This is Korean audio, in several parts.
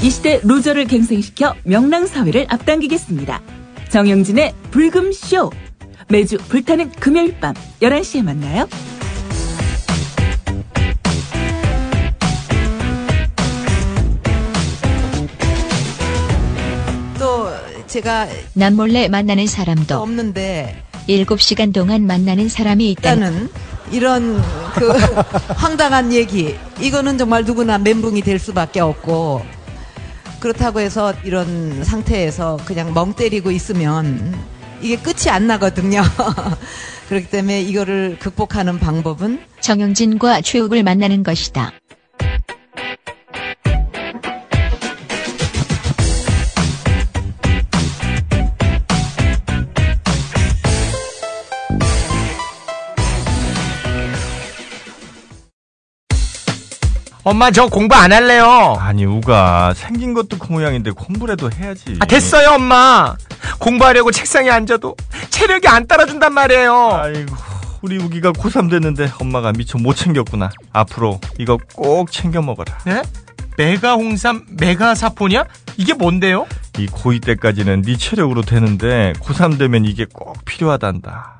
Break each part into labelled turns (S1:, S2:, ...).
S1: 시대 로저를 갱생시켜 명랑사회를 앞당기겠습니다. 정영진의 불금쇼. 매주 불타는 금요일 밤 11시에 만나요.
S2: 또 제가
S3: 남몰래 만나는 사람도
S2: 없는데
S3: 7시간 동안 만나는 사람이 있다는
S2: 일단은 이런 그 황당한 얘기 이거는 정말 누구나 멘붕이 될 수밖에 없고 그렇다고 해서 이런 상태에서 그냥 멍 때리고 있으면 이게 끝이 안 나거든요. 그렇기 때문에 이거를 극복하는 방법은
S3: 정영진과 최욱을 만나는 것이다.
S4: 엄마 저 공부 안 할래요.
S5: 아니 우가 생긴 것도 그 모양인데 공부라도 해야지.
S4: 아, 됐어요 엄마. 공부하려고 책상에 앉아도 체력이 안 따라준단 말이에요.
S5: 아이고 우리 우기가 고3 됐는데 엄마가 미처 못 챙겼구나. 앞으로 이거 꼭 챙겨 먹어라.
S4: 네? 메가 홍삼 메가 사포냐? 이게 뭔데요?
S5: 이 고2 때까지는 네 체력으로 되는데 고3 되면 이게 꼭 필요하단다.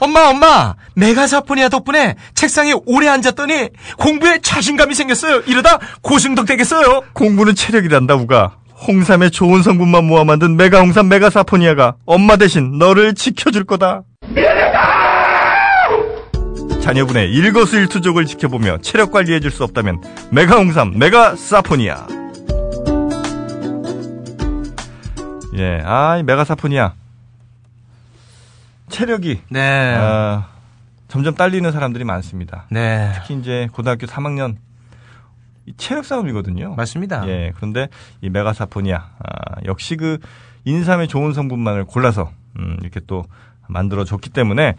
S4: 엄마 엄마 메가 사포니아 덕분에 책상에 오래 앉았더니 공부에 자신감이 생겼어요. 이러다 고승덕 되겠어요.
S5: 공부는 체력이란다 우가. 홍삼의 좋은 성분만 모아 만든 메가 홍삼 메가 사포니아가 엄마 대신 너를 지켜줄 거다. 자녀분의 일거수일투족을 지켜보며 체력 관리해줄 수 없다면 메가 홍삼 메가 사포니아. 예, 아이 메가 사포니아. 체력이
S4: 네.
S5: 아, 점점 딸리는 사람들이 많습니다.
S4: 네.
S5: 특히 이제 고등학교 3학년 이 체력 싸움이거든요.
S4: 맞습니다.
S5: 예, 그런데 이 메가사포니아 아, 역시 그 인삼의 좋은 성분만을 골라서 음, 이렇게 또 만들어줬기 때문에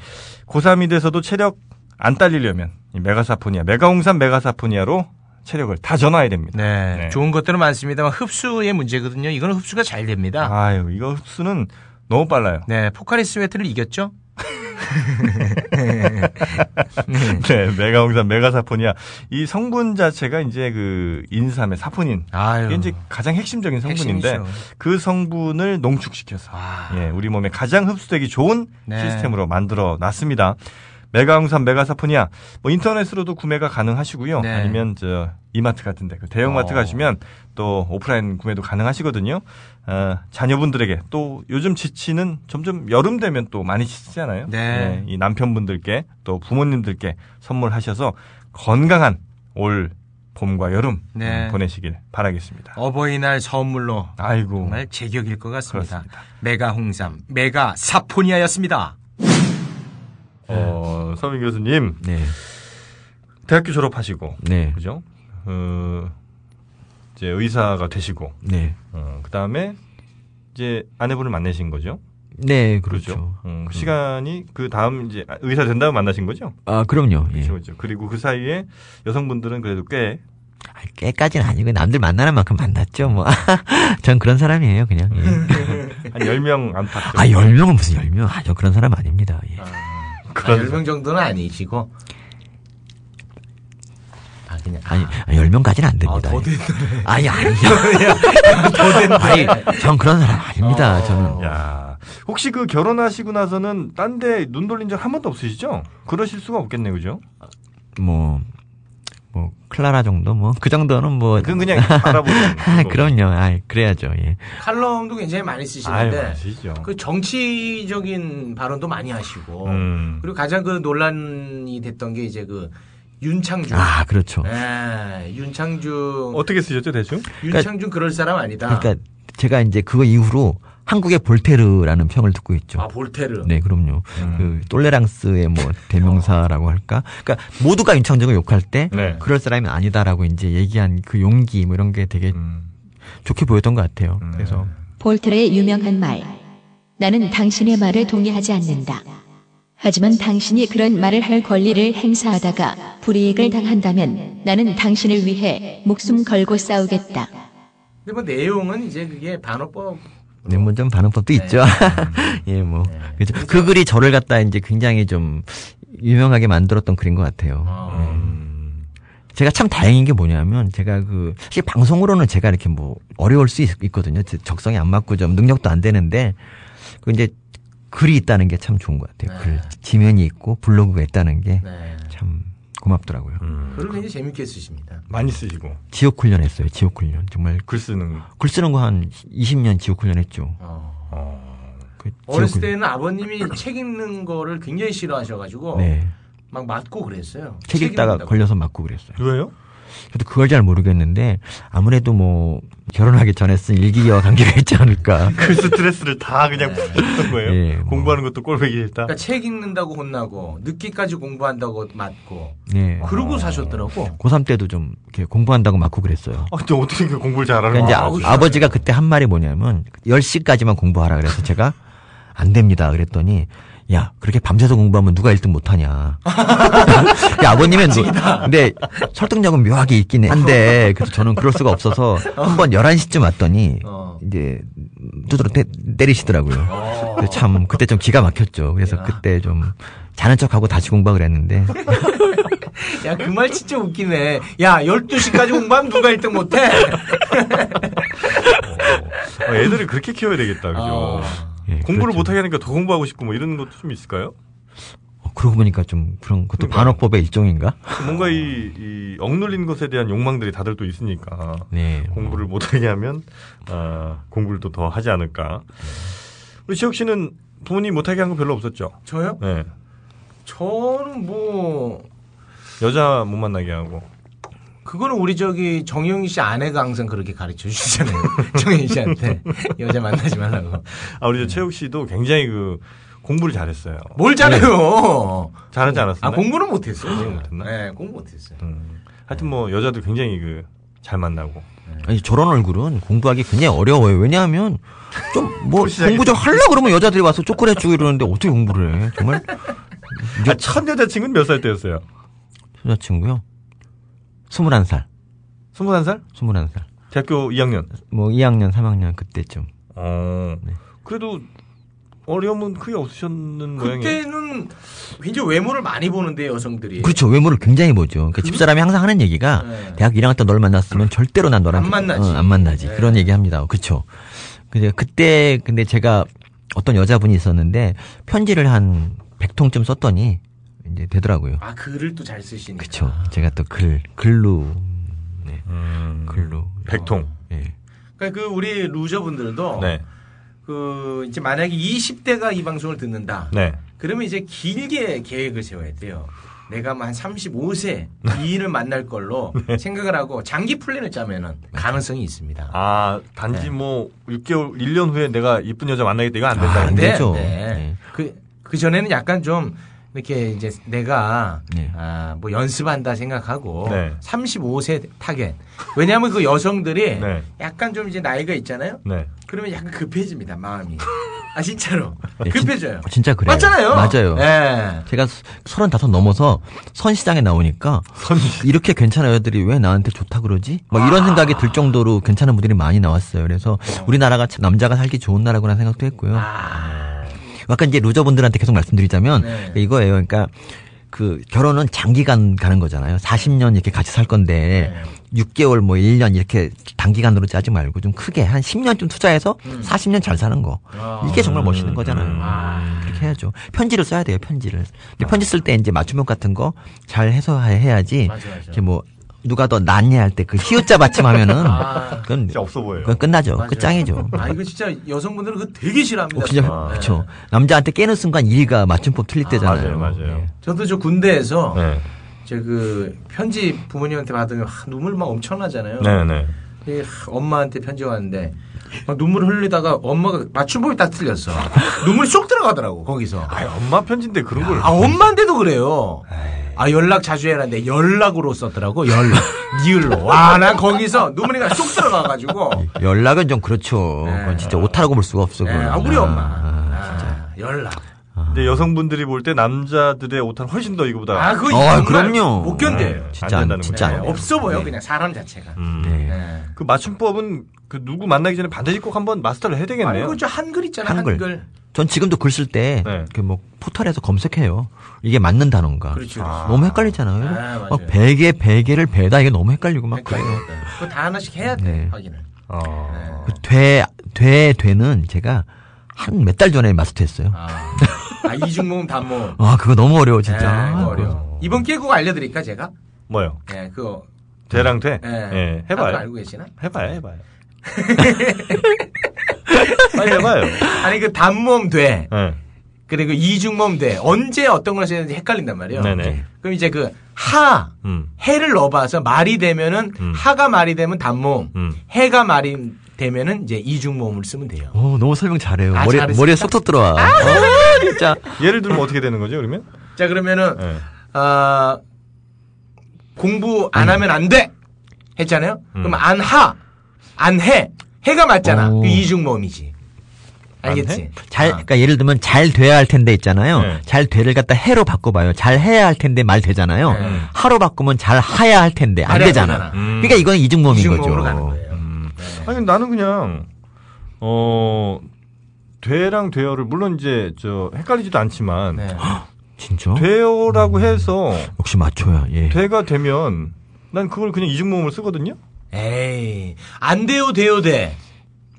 S5: 고3이 돼서도 체력 안 딸리려면 이 메가사포니아, 메가홍삼 메가사포니아로 체력을 다 전화해야 됩니다.
S4: 네.
S5: 네.
S4: 좋은 것들은 많습니다만 흡수의 문제거든요. 이거는 흡수가 잘 됩니다.
S5: 아유, 이거 흡수는 너무 빨라요.
S4: 네. 포카리 스웨트를 이겼죠?
S5: 네, 메가홍삼 메가사포니아 이 성분 자체가 이제 그 인삼의 사포닌
S4: 아유.
S5: 이게 이제 가장 핵심적인 성분인데
S4: 핵심이죠.
S5: 그 성분을 농축시켜서
S4: 아.
S5: 예, 우리 몸에 가장 흡수되기 좋은
S4: 네.
S5: 시스템으로 만들어 놨습니다. 메가홍삼 메가사포니아 뭐 인터넷으로도 구매가 가능하시고요.
S4: 네.
S5: 아니면 저 이마트 같은데 그 대형마트
S4: 어.
S5: 가시면 또 오프라인 구매도 가능하시거든요. 어, 자녀분들에게 또 요즘 지치는 점점 여름 되면 또 많이 지치잖아요.
S4: 네.
S5: 예, 이 남편분들께 또 부모님들께 선물하셔서 건강한 올 봄과 여름
S4: 네.
S5: 음, 보내시길 바라겠습니다.
S4: 어버이날 선물로
S5: 아이고.
S4: 정말 제격일 것 같습니다.
S5: 그렇습니다.
S4: 메가 홍삼, 메가 사포니아였습니다.
S5: 어, 서민 교수님
S6: 네.
S5: 대학교 졸업하시고
S6: 네.
S5: 그죠? 어, 이제 의사가 되시고
S6: 네.
S5: 어, 그다음에 이제 아내분을 만나신 거죠?
S6: 네, 그렇죠.
S5: 음, 그 시간이 그 다음 이제 의사 된 다음 만나신 거죠?
S6: 아, 그럼요. 예.
S5: 그렇죠, 그렇죠. 그리고 그 사이에 여성분들은 그래도 꽤
S6: 아, 꽤까지는 아니고 남들 만나는 만큼 만났죠. 뭐. 전 그런 사람이에요, 그냥. 예.
S5: 한 10명 안팎. 정도.
S6: 아, 10명은 무슨 10명. 아, 저 그런 사람 아닙니다. 예.
S5: 그런
S4: 명 정도는 아니시고. 아, 그냥.
S6: 아니, 10명까지는 안 됩니다. 예. 아니, 아니요. 아니, 전 그런 사람 아닙니다. 저는.
S5: 야, 혹시 그 결혼하시고 나서는 딴 데 눈 돌린 적 한 번도 없으시죠? 그러실 수가 없겠네요, 그죠?
S6: 뭐, 뭐, 클라라 정도? 뭐, 그 정도는 뭐.
S5: 그건 그냥 알아보는
S6: 아,
S5: 거고.
S6: 그럼요. 아, 그래야죠. 예.
S7: 칼럼도 굉장히 많이
S5: 아유,
S7: 쓰시는데
S5: 아시죠.
S7: 그 정치적인 발언도 많이 하시고
S5: 음.
S7: 그리고 가장 그 논란이 됐던 게 이제 그 윤창중.
S6: 아, 그렇죠.
S7: 예, 윤창중.
S5: 어떻게 쓰셨죠, 대충?
S7: 윤창중 그럴 사람 아니다.
S6: 그러니까 제가 이제 그거 이후로 한국의 볼테르라는 평을 듣고 있죠.
S7: 아 볼테르.
S6: 네, 그럼요. 그 똘레랑스의 뭐 대명사라고 할까? 그러니까 모두가 윤창정을 욕할 때
S5: 네.
S6: 그럴 사람이 아니다라고 이제 얘기한 그 용기 뭐 이런 게 되게
S5: 음.
S6: 좋게 보였던 것 같아요. 그래서
S3: 볼트의 유명한 말. 나는 당신의 말에 동의하지 않는다. 하지만 당신이 그런 말을 할 권리를 행사하다가 불이익을 당한다면 나는 당신을 위해 목숨 걸고 싸우겠다.
S7: 근데 뭐 내용은 이제 그게 반어법.
S6: 네, 뭐좀 반응법도 있죠. 예, 뭐. 그죠. 그 글이 저를 갖다 이제 굉장히 좀 유명하게 만들었던 글인 것 같아요.
S7: 어.
S5: 음.
S6: 제가 참 다행인 게 뭐냐면 제가 그 사실 방송으로는 제가 이렇게 뭐 어려울 수 있, 거든요 적성이 안 맞고 좀 능력도 안 되는데 그 이제 글이 있다는 게 참 좋은 것 같아요.
S7: 네.
S6: 글 지면이 있고 블로그가 있다는 게 참
S7: 네.
S6: 고맙더라고요.
S7: 글을 굉장히 재밌게 쓰십니다.
S5: 많이 쓰시고
S6: 지옥 훈련했어요. 지옥 훈련 정말
S5: 글 쓰는
S6: 글 쓰는 거 한 20년 지옥 훈련했죠.
S7: 어.
S6: 그
S7: 어렸을
S6: 지옥 훈련.
S7: 때는 뭐 아버님이 책 읽는 거를 굉장히 싫어하셔가지고
S6: 네.
S7: 막 맞고 그랬어요.
S6: 책 읽다가
S7: 읽는다고.
S6: 걸려서 맞고 그랬어요.
S5: 왜요?
S6: 저도 그걸 잘 모르겠는데 아무래도 뭐 결혼하기 전에 쓴 일기와 관계가 있지 않을까.
S5: 글 스트레스를 다 그냥
S7: 네.
S5: 푸셨던 거예요.
S6: 예, 뭐.
S5: 공부하는 것도 꼴보기 싫다.
S7: 그러니까 책 읽는다고 혼나고 늦게까지 공부한다고 맞고
S6: 네. 어.
S7: 그러고 사셨더라고.
S6: 고3 때도 좀 이렇게 공부한다고 맞고 그랬어요.
S5: 아, 근데 어떻게 이렇게 공부를 잘하는
S6: 그러니까
S5: 거야?
S6: 이제
S7: 아우,
S6: 아, 버지가 그때 한 말이 뭐냐면 10시까지만 공부하라 그래서 제가 안 됩니다. 그랬더니 야, 그렇게 밤새서 공부하면 누가 1등 못하냐. 근데 아버님은, 누- 근데 설득력은 묘하게 있긴 한데, 그래서 저는 그럴 수가 없어서, 한 번 11시쯤 왔더니,
S7: 어.
S6: 이제, 두드러 때, 때리시더라고요.
S7: 어.
S6: 근데 참, 그때 좀 기가 막혔죠. 그래서
S7: 야.
S6: 그때 좀, 자는 척하고 다시 공부하고 그랬는데,
S7: 야, 그 말 진짜 웃기네. 야, 12시까지 공부하면 누가 1등 못해?
S5: 아, 애들을 그렇게 키워야 되겠다. 그죠?
S7: 아.
S6: 예,
S5: 공부를
S6: 그렇죠.
S5: 못하게 하니까 더 공부하고 싶고 뭐 이런 것도 좀 있을까요?
S6: 어, 그러고 보니까 좀 그런 것도
S5: 그러니까요.
S6: 반어법의 일종인가?
S5: 뭔가 이, 이 억눌린 것에 대한 욕망들이 다들 또 있으니까
S6: 네.
S5: 공부를 못하게 하면 아, 공부를 또 더 하지 않을까. 우리 시혁 씨는 부모님 못하게 한 거 별로 없었죠?
S7: 저요?
S5: 네.
S7: 저는 뭐,
S5: 여자 못 만나게 하고
S7: 그거는 우리 저기 정영희 씨 아내가 항상 그렇게 가르쳐 주시잖아요. 정영희 씨한테 여자 만나지 말라고.
S5: 아 우리 저 최욱 씨도 굉장히 그 공부를 잘했어요. 뭐,
S7: 뭘
S6: 네.
S7: 잘해요?
S5: 잘하지 않았었나요?
S7: 아, 공부는 못했어요.
S5: 공부 못했나?
S7: 네, 공부 못했어요.
S5: 음. 하여튼 뭐 여자도 굉장히 그 잘 만나고
S6: 아니 저런 얼굴은 공부하기 굉장히 어려워요. 왜냐하면 좀 뭐
S5: 시작이다.
S6: 공부 좀 하려 그러면 여자들이 와서 초콜릿 주고 이러는데 어떻게 공부를 해? 정말
S5: 아, 첫 여자친구는 몇 살 때였어요?
S6: 여자친구요. 21살,
S5: 21살?
S6: 21살.
S5: 대학교 2학년.
S6: 뭐 2학년, 3학년 그때쯤.
S5: 어.
S6: 네.
S5: 그래도 어려움은 크게 없으셨는 모양이에요.
S7: 그때는 굉장히 외모를 많이 보는데 여성들이.
S6: 그렇죠. 외모를 굉장히 보죠. 그러니까 집사람이 항상 하는 얘기가
S7: 예. 네. 그렇죠.
S6: 대학 1학년 때 널 만났으면 절대로 난 너랑
S7: 안 만나지.
S6: 어, 안 만나지.
S7: 네.
S6: 그런 얘기 합니다. 그렇죠. 근데 그때 근데 제가 어떤 여자분이 있었는데 편지를 한 100통쯤 썼더니 이제 되더라고요.
S7: 아, 글을 또 잘 쓰시니까.
S6: 그쵸. 제가 또 글, 글로,
S5: 음.
S6: 글로.
S5: 백통.
S6: 예.
S7: 그러니까 그 우리 루저분들도
S5: 네.
S7: 그 이제 만약에 20대가 이 방송을 듣는다.
S5: 네.
S7: 그러면 이제 길게 계획을 세워야 돼요. 내가 만 35세 이인을 만날 걸로
S5: 네.
S7: 생각을 하고 장기 플랜을 짜면은 가능성이 있습니다.
S5: 아, 단지 뭐 6개월, 1년 후에 내가 이쁜 여자 만나겠다 이거 안 된다.
S6: 아, 안
S7: 네,
S6: 되죠.
S7: 네.
S6: 네.
S7: 그, 그 전에는 약간 좀 이렇게 이제 내가
S6: 네.
S7: 아, 뭐 연습한다 생각하고
S5: 네.
S7: 35세 타겟. 왜냐하면 그 여성들이
S5: 네.
S7: 약간 좀 이제 나이가 있잖아요.
S5: 네.
S7: 그러면 약간 급해집니다 마음이. 아 진짜로
S6: 네, 진-
S7: 급해져요.
S6: 진짜 그래요.
S7: 맞잖아요.
S6: 맞아요.
S7: 예.
S6: 제가 서- 35 넘어서 선시장에 나오니까 이렇게 괜찮은 여자들이 왜 나한테 좋다 그러지? 막 이런 생각이 들 정도로 괜찮은 분들이 많이 나왔어요. 그래서 우리나라가 참 남자가 살기 좋은 나라구나 생각도 했고요.
S7: 아,
S6: 아까 이제 루저분들한테 계속 말씀드리자면
S7: 네.
S6: 이거예요. 그러니까 그 결혼은 장기간 가는 거잖아요. 40년 이렇게 같이 살 건데
S7: 네.
S6: 6개월 뭐 1년 이렇게 단기간으로 짜지 말고 좀 크게 한 10년쯤 투자해서 40년 잘 사는 거.
S7: 음. 아.
S6: 이게 정말 멋있는 거잖아요.
S7: 아.
S6: 그렇게 해야죠. 편지를 써야 돼요. 편지를. 근데 편지 쓸 때 이제 맞춤형 같은 거 잘 해서 해야지.
S7: 맞아, 맞아.
S6: 이렇게 뭐 누가 더 낫냐 할 때 그 히읗자 받침하면은
S7: 아.
S6: 그건
S5: 진짜 없어 보여요.
S6: 그건 끝나죠. 그
S7: 맞아요.
S6: 짱이죠.
S7: 아 이거 진짜 여성분들은 그거 되게 싫어합니다.
S6: 어, 진짜
S7: 네.
S6: 그렇죠. 남자한테 깨는 순간 1위가 맞춤법 틀릴 때잖아요.
S5: 맞아요, 맞아요.
S6: 예.
S7: 저도 저 군대에서
S5: 네.
S7: 저 그 편지 부모님한테 받으면 하, 눈물 막 엄청나잖아요.
S5: 네, 네.
S7: 이 하, 엄마한테 편지 왔는데 막 눈물 흘리다가 엄마가 맞춤법이 딱 틀렸어. 눈물이 쏙 들어가더라고 거기서.
S5: 아, 엄마 편지인데 그런 걸.
S7: 아 엄마인데도 그래요. 아 연락 자주 해라는데 연락으로 썼더라고 연락 니을로. 와 난 거기서 눈물이 쏙 들어가가지고.
S6: 네. 연락은 좀 그렇죠. 그건 진짜 오타라고 볼 수가 없어.
S7: 예,
S6: 그건.
S7: 네. 아, 우리 엄마. 아,
S6: 아, 진짜.
S7: 연락.
S5: 근데 여성분들이 볼 때 남자들의 오타는 훨씬 더 이거보다.
S7: 아, 그거
S6: 어,
S7: 정말
S6: 그럼요.
S7: 못 견뎌요.
S5: 네.
S6: 진짜
S5: 안
S6: 안,
S5: 된다는
S6: 진짜
S5: 거예요.
S6: 안
S7: 네,
S6: 돼요.
S7: 없어 보여 그냥 사람 자체가.
S5: 음.
S6: 네.
S7: 네.
S5: 그 맞춤법은 그 누구 만나기 전에 반드시 꼭 한번 마스터를 해야 되겠네요.
S7: 아니 그저 한글 있잖아
S6: 한글.
S7: 한글.
S6: 전 지금도 글 쓸 때 그
S5: 네.
S6: 뭐 포털에서 검색해요. 이게 맞는 단어인가.
S7: 그렇죠.
S5: 아.
S6: 너무 헷갈리잖아요.
S7: 아, 맞아요.
S6: 막 베개, 베개를 베다 이게 너무 헷갈리고 막
S7: 그러니까
S6: 그래요.
S7: 그거 다 하나씩 해야 돼 예.
S6: 네.
S7: 확인을.
S5: 어.
S6: 그 돼, 돼, 되는 제가 한 몇 달 전에 마스터했어요.
S7: 아, 아 이중모음 단모음.
S6: 아, 그거 너무 어려워,
S7: 네,
S6: 진짜.
S7: 그거
S5: 아.
S7: 어려워. 이번 기회 그거 알려드릴까 제가?
S5: 뭐요?
S7: 예, 그거.
S5: 대랑 대?
S7: 예, 다들
S5: 예, 해봐요.
S7: 알고 계시나?
S5: 해봐요, 해봐요. 빨리 해봐요.
S7: 아니 그 단모음 돼.
S5: 네.
S7: 그리고 이중모음 돼. 언제 어떤 걸 써야 되는지 헷갈린단 말이에요.
S5: 네네.
S7: 그럼 이제 그 하,
S5: 음.
S7: 해를 넣어봐서 말이 되면은
S5: 음.
S7: 하가 말이 되면 단모음,
S5: 음.
S7: 해가 말이 되면은 이제 이중모음을 쓰면 돼요.
S6: 오, 어, 너무 설명 잘해요.
S7: 아,
S6: 머리,
S7: 잘했습니다.
S6: 머리에 쏙쏙 들어와. 아, 진짜.
S5: 예를 들면 어떻게 되는 거죠, 그러면?
S7: 자 그러면은
S5: 네.
S7: 아, 공부 안 하면 안 돼. 했잖아요. 그럼
S5: 음.
S7: 안 하, 안 해. 해가 맞잖아.
S6: 오.
S7: 그 이중모음이지.
S5: 안
S7: 알겠지?
S5: 해?
S6: 잘,
S7: 아.
S6: 그러니까 예를 들면 잘 돼야 할 텐데 있잖아요.
S5: 네.
S6: 잘 돼를 갖다 해로 바꿔봐요. 잘 해야 할 텐데 말 되잖아요.
S7: 네.
S6: 하로 바꾸면 잘 하야 할 텐데 안
S7: 말이 안
S6: 되잖아.
S7: 되잖아.
S5: 음.
S6: 그러니까 이건 이중범인
S7: 이중모음으로
S6: 거죠.
S7: 가는 거예요. 네.
S5: 아니 나는 그냥 어 되랑 되어를 물론 이제 저 헷갈리지도 않지만
S7: 네.
S6: 진짜?
S5: 되어라고 해서
S6: 역시 맞춰야, 예.
S5: 되가 되면 난 그걸 그냥 이중모음을 쓰거든요.
S7: 에이, 안 돼요, 돼요, 돼.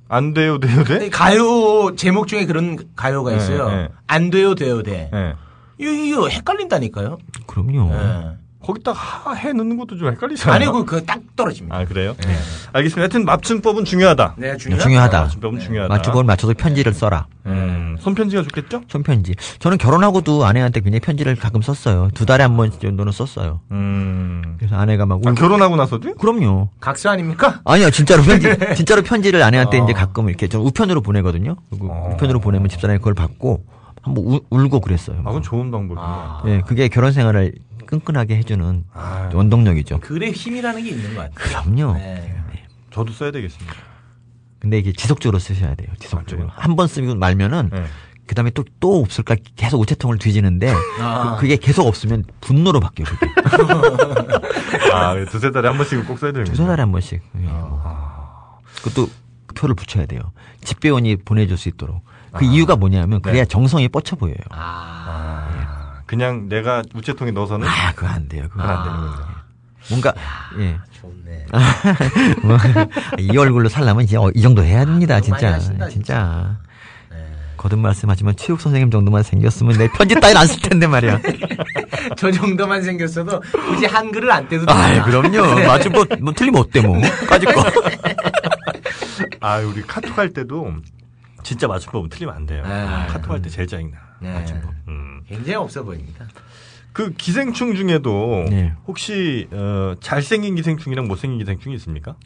S5: 안 돼요, 돼요,
S6: 네?
S5: 돼.
S7: 가요 제목 중에 그런 가요가 있어요.
S5: 네, 네.
S7: 안 돼요, 돼요, 돼.
S5: 예.
S7: 이거, 이거 헷갈린다니까요.
S6: 네. 어. 그럼요.
S7: 예.
S5: 거기다 하, 해 넣는 것도 좀 헷갈리잖아요.
S7: 아니, 그,
S6: 뭐?
S7: 그거 딱 떨어집니다.
S5: 아 그래요?
S7: 네.
S5: 알겠습니다. 하여튼 맞춤법은 중요하다.
S7: 네,
S6: 아, 중요하다.
S5: 네. 맞춤법은 중요하다.
S6: 맞춰보면 맞춰서 편지를 써라.
S5: 음, 손편지가 좋겠죠?
S6: 손편지. 저는 결혼하고도 아내한테 굉장히 편지를 가끔 썼어요. 두 달에 한 번 정도는 썼어요.
S5: 음.
S6: 그래서 아내가 막
S5: 아,
S6: 울고.
S5: 결혼하고 나서도요?
S6: 그럼요.
S7: 각수 아닙니까?
S6: 아니요, 진짜로 편지, 진짜로 편지를 아내한테
S7: 어.
S6: 이제 가끔 이렇게 좀 우편으로 보내거든요. 그리고
S5: 어.
S6: 우편으로 보내면 집사람이 그걸 받고 한번 우- 울고 그랬어요.
S5: 아, 그건 좋은 방법이네요.
S7: 아,
S6: 예, 그게 결혼 생활을 끈끈하게 해주는
S5: 아,
S6: 원동력이죠.
S7: 글의 힘이라는 게 있는 것 같아요.
S6: 그럼요.
S7: 그- 네.
S5: 저도 써야 되겠습니다.
S6: 근데 이게 지속적으로 쓰셔야 돼요. 지속적으로.
S5: 아,
S6: 한 번 쓰고 말면은
S5: 네.
S6: 그 다음에 또, 또 없을까 계속 우체통을 뒤지는데
S7: 아.
S6: 그, 게 계속 없으면 분노로 바뀌어요. 그게.
S5: 아, 그래, 두세 달에 한 번씩은 꼭 써야 됩니다.
S6: 두 달에 한 번씩. 예, 뭐. 그것도 표를 붙여야 돼요. 집배원이 보내줄 수 있도록. 그 이유가 뭐냐면 그래야 정성이 뻗쳐 보여요.
S7: 아,
S5: 그냥 내가 우체통에
S7: 네?
S5: 넣어서는
S6: 아, 그거 안 돼요. 그거 안 되는
S7: 아,
S6: 거죠. 뭔가 예.
S7: 좋네.
S6: 뭐, 이 얼굴로 살려면 이제 어, 이 정도 해야 됩니다.
S7: 너무 아, 많이
S6: 진짜.
S7: 하신다, 네.
S6: 진짜. 거듭 말씀하지만 체육 선생님 정도만 생겼으면 내 편지 따위는 안 쓸 텐데 말이야.
S7: 저 정도만 생겼어도 굳이 한글을 안 떼도
S6: 아,
S7: 됩니다. 네.
S6: 그럼요. 맞지 뭐, 뭐 틀리면 어때 뭐. 까짓 거.
S5: 아, 우리 카톡 할 때도 진짜 맞춤법은 틀리면 안 돼요.
S7: 네.
S5: 카톡 할 때 제일 짜증나.
S7: 네.
S5: 맞춤법. 음.
S7: 굉장히 없어 보입니다.
S5: 그 기생충 중에도
S6: 네.
S5: 혹시 어, 잘생긴 기생충이랑 못생긴 기생충이 있습니까?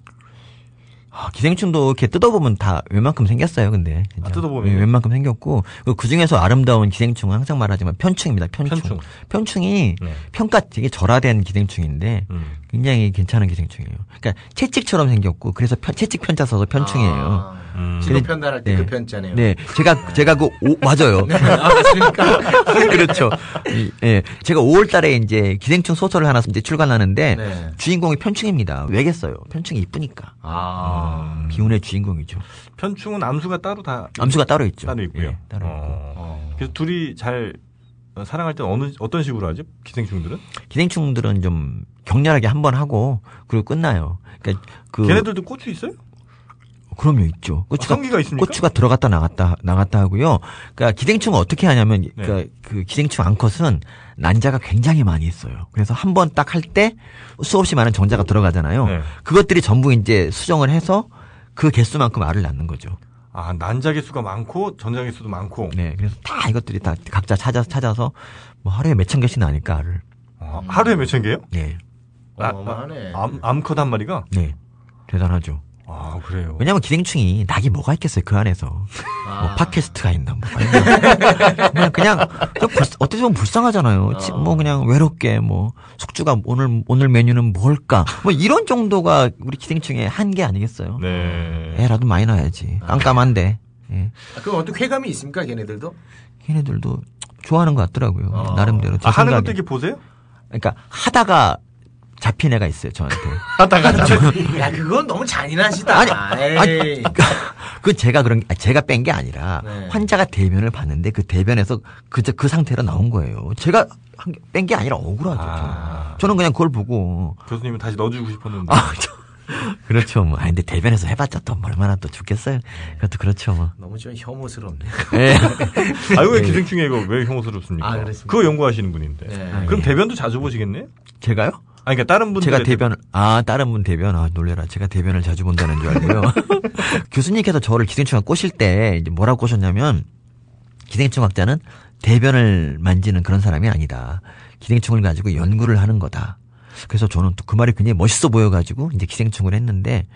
S6: 아, 기생충도 이렇게 뜯어보면 다 웬만큼 생겼어요, 근데. 진짜.
S5: 아, 뜯어보면.
S6: 예, 웬만큼 생겼고. 그 중에서 아름다운 기생충은 항상 말하지만 편충입니다, 편충.
S5: 편충.
S6: 이
S5: 네.
S6: 평가 되게 절하된 기생충인데
S5: 음.
S6: 굉장히 괜찮은 기생충이에요. 그러니까 채찍처럼 생겼고 그래서 편- 채찍 편자 써서 편충이에요.
S7: 아,
S5: 음.
S7: 지금
S6: 근데-
S7: 편단할 때
S6: 네.
S7: 그 편자네요.
S6: 네, 제가 제가 그 오, 맞아요.
S5: 네.
S7: 아, 맞습니까?
S6: 그렇죠. 이- 예, 제가 5월달에 이제 기생충 소설을 하나 이제 출간하는데
S7: 네.
S6: 주인공이 편충입니다. 왜겠어요? 편충이 이쁘니까
S7: 아,
S6: 비운의 주인공이죠.
S5: 편충은 암수가 따로 다
S6: 암수가 따로 있죠.
S5: 따로 있고요.
S6: 예, 따로 있고.
S5: 어.
S7: 어.
S5: 그래서 둘이 잘 어, 사랑할 때 어느 어떤 식으로 하죠? 기생충들은
S6: 기생충들은 좀 격렬하게 한 번 하고 그리고 끝나요. 그러니까 그
S5: 걔네들도 고추 있어요?
S6: 그럼요 있죠. 고추가
S5: 성기가 있습니까?
S6: 고추가 들어갔다 나갔다 나갔다 하고요. 그러니까 기생충은 어떻게 하냐면
S5: 네.
S6: 그러니까 그 기생충 암컷은 난자가 굉장히 많이 있어요. 그래서 한 번 딱 할 때 수없이 많은 정자가 들어가잖아요.
S5: 네.
S6: 그것들이 전부 이제 수정을 해서 그 개수만큼 알을 낳는 거죠.
S5: 아 난자기 수가 많고 전자기 수도 많고
S6: 네, 그래서 다 이것들이 다 각자 찾아 찾아서 뭐 하루에 몇 천 개씩 나니까 알을.
S5: 어,
S6: 음.
S5: 하루에 몇천 개요?
S6: 네,
S5: 아,
S7: 어마어마하네.
S5: 암, 암컷 한 마리가?
S6: 네, 대단하죠.
S5: 아 그래요.
S6: 왜냐면 기생충이 낙이 뭐가 있겠어요 그 안에서
S7: 아.
S5: 아.
S6: 뭐 팟캐스트가 있나 뭐 그냥 그냥 좀 불- 어떻게 보면 불쌍하잖아요
S5: 어.
S6: 지- 뭐 그냥 외롭게 뭐 숙주가 오늘 오늘 메뉴는 뭘까 뭐 이런 정도가 우리 기생충의 한계 아니겠어요 예,
S5: 네.
S6: 애라도 많이 낳아야지 깜깜한데 예.
S7: 아, 그럼 어떤 쾌감이 있습니까, 걔네들도?
S6: 걔네들도 좋아하는 것 같더라고요
S7: 어.
S6: 나름대로 제
S5: 아, 하는 것도
S6: 생각에.
S5: 이렇게 보세요?
S6: 그러니까 하다가 잡힌 애가 있어요, 저한테.
S7: 야, 그건 너무 잔인하시다.
S6: 아니,
S7: 에이.
S6: 아니, 그 제가 그런 게, 제가 뺀 게 아니라
S7: 네.
S6: 환자가 대변을 봤는데 그 대변에서 그, 저- 그 상태로 나온 거예요. 제가 뺀 게 아니라 억울하죠. 저는. 저는 그냥 그걸 보고
S5: 교수님은 다시 넣어주고 싶었는데.
S6: 아, 저, 그렇죠. 뭐. 아, 근데 대변에서 해봤자 또 얼마나 또 죽겠어요. 그것도 그렇죠. 뭐.
S7: 너무 좀 혐오스럽네.
S6: 예.
S5: 아유, 왜 기생충에 이거 왜 혐오스럽습니까?
S7: 아, 그렇습니까?
S5: 그거 연구하시는 분인데.
S7: 네.
S5: 그럼
S6: 예.
S5: 대변도 자주 보시겠네?
S6: 제가요?
S5: 아니, 그러니까 다른 분들.
S6: 제가 대변을, 아, 다른 분 대변, 아, 놀래라. 제가 대변을 자주 본다는 줄 알고요. 교수님께서 저를 기생충 꼬실 때 이제 뭐라고 꼬셨냐면, 기생충 학자는 대변을 만지는 그런 사람이 아니다. 기생충을 가지고 연구를 하는 거다. 그래서 저는 또 그 말이 굉장히 멋있어 보여가지고 이제 기생충을 했는데,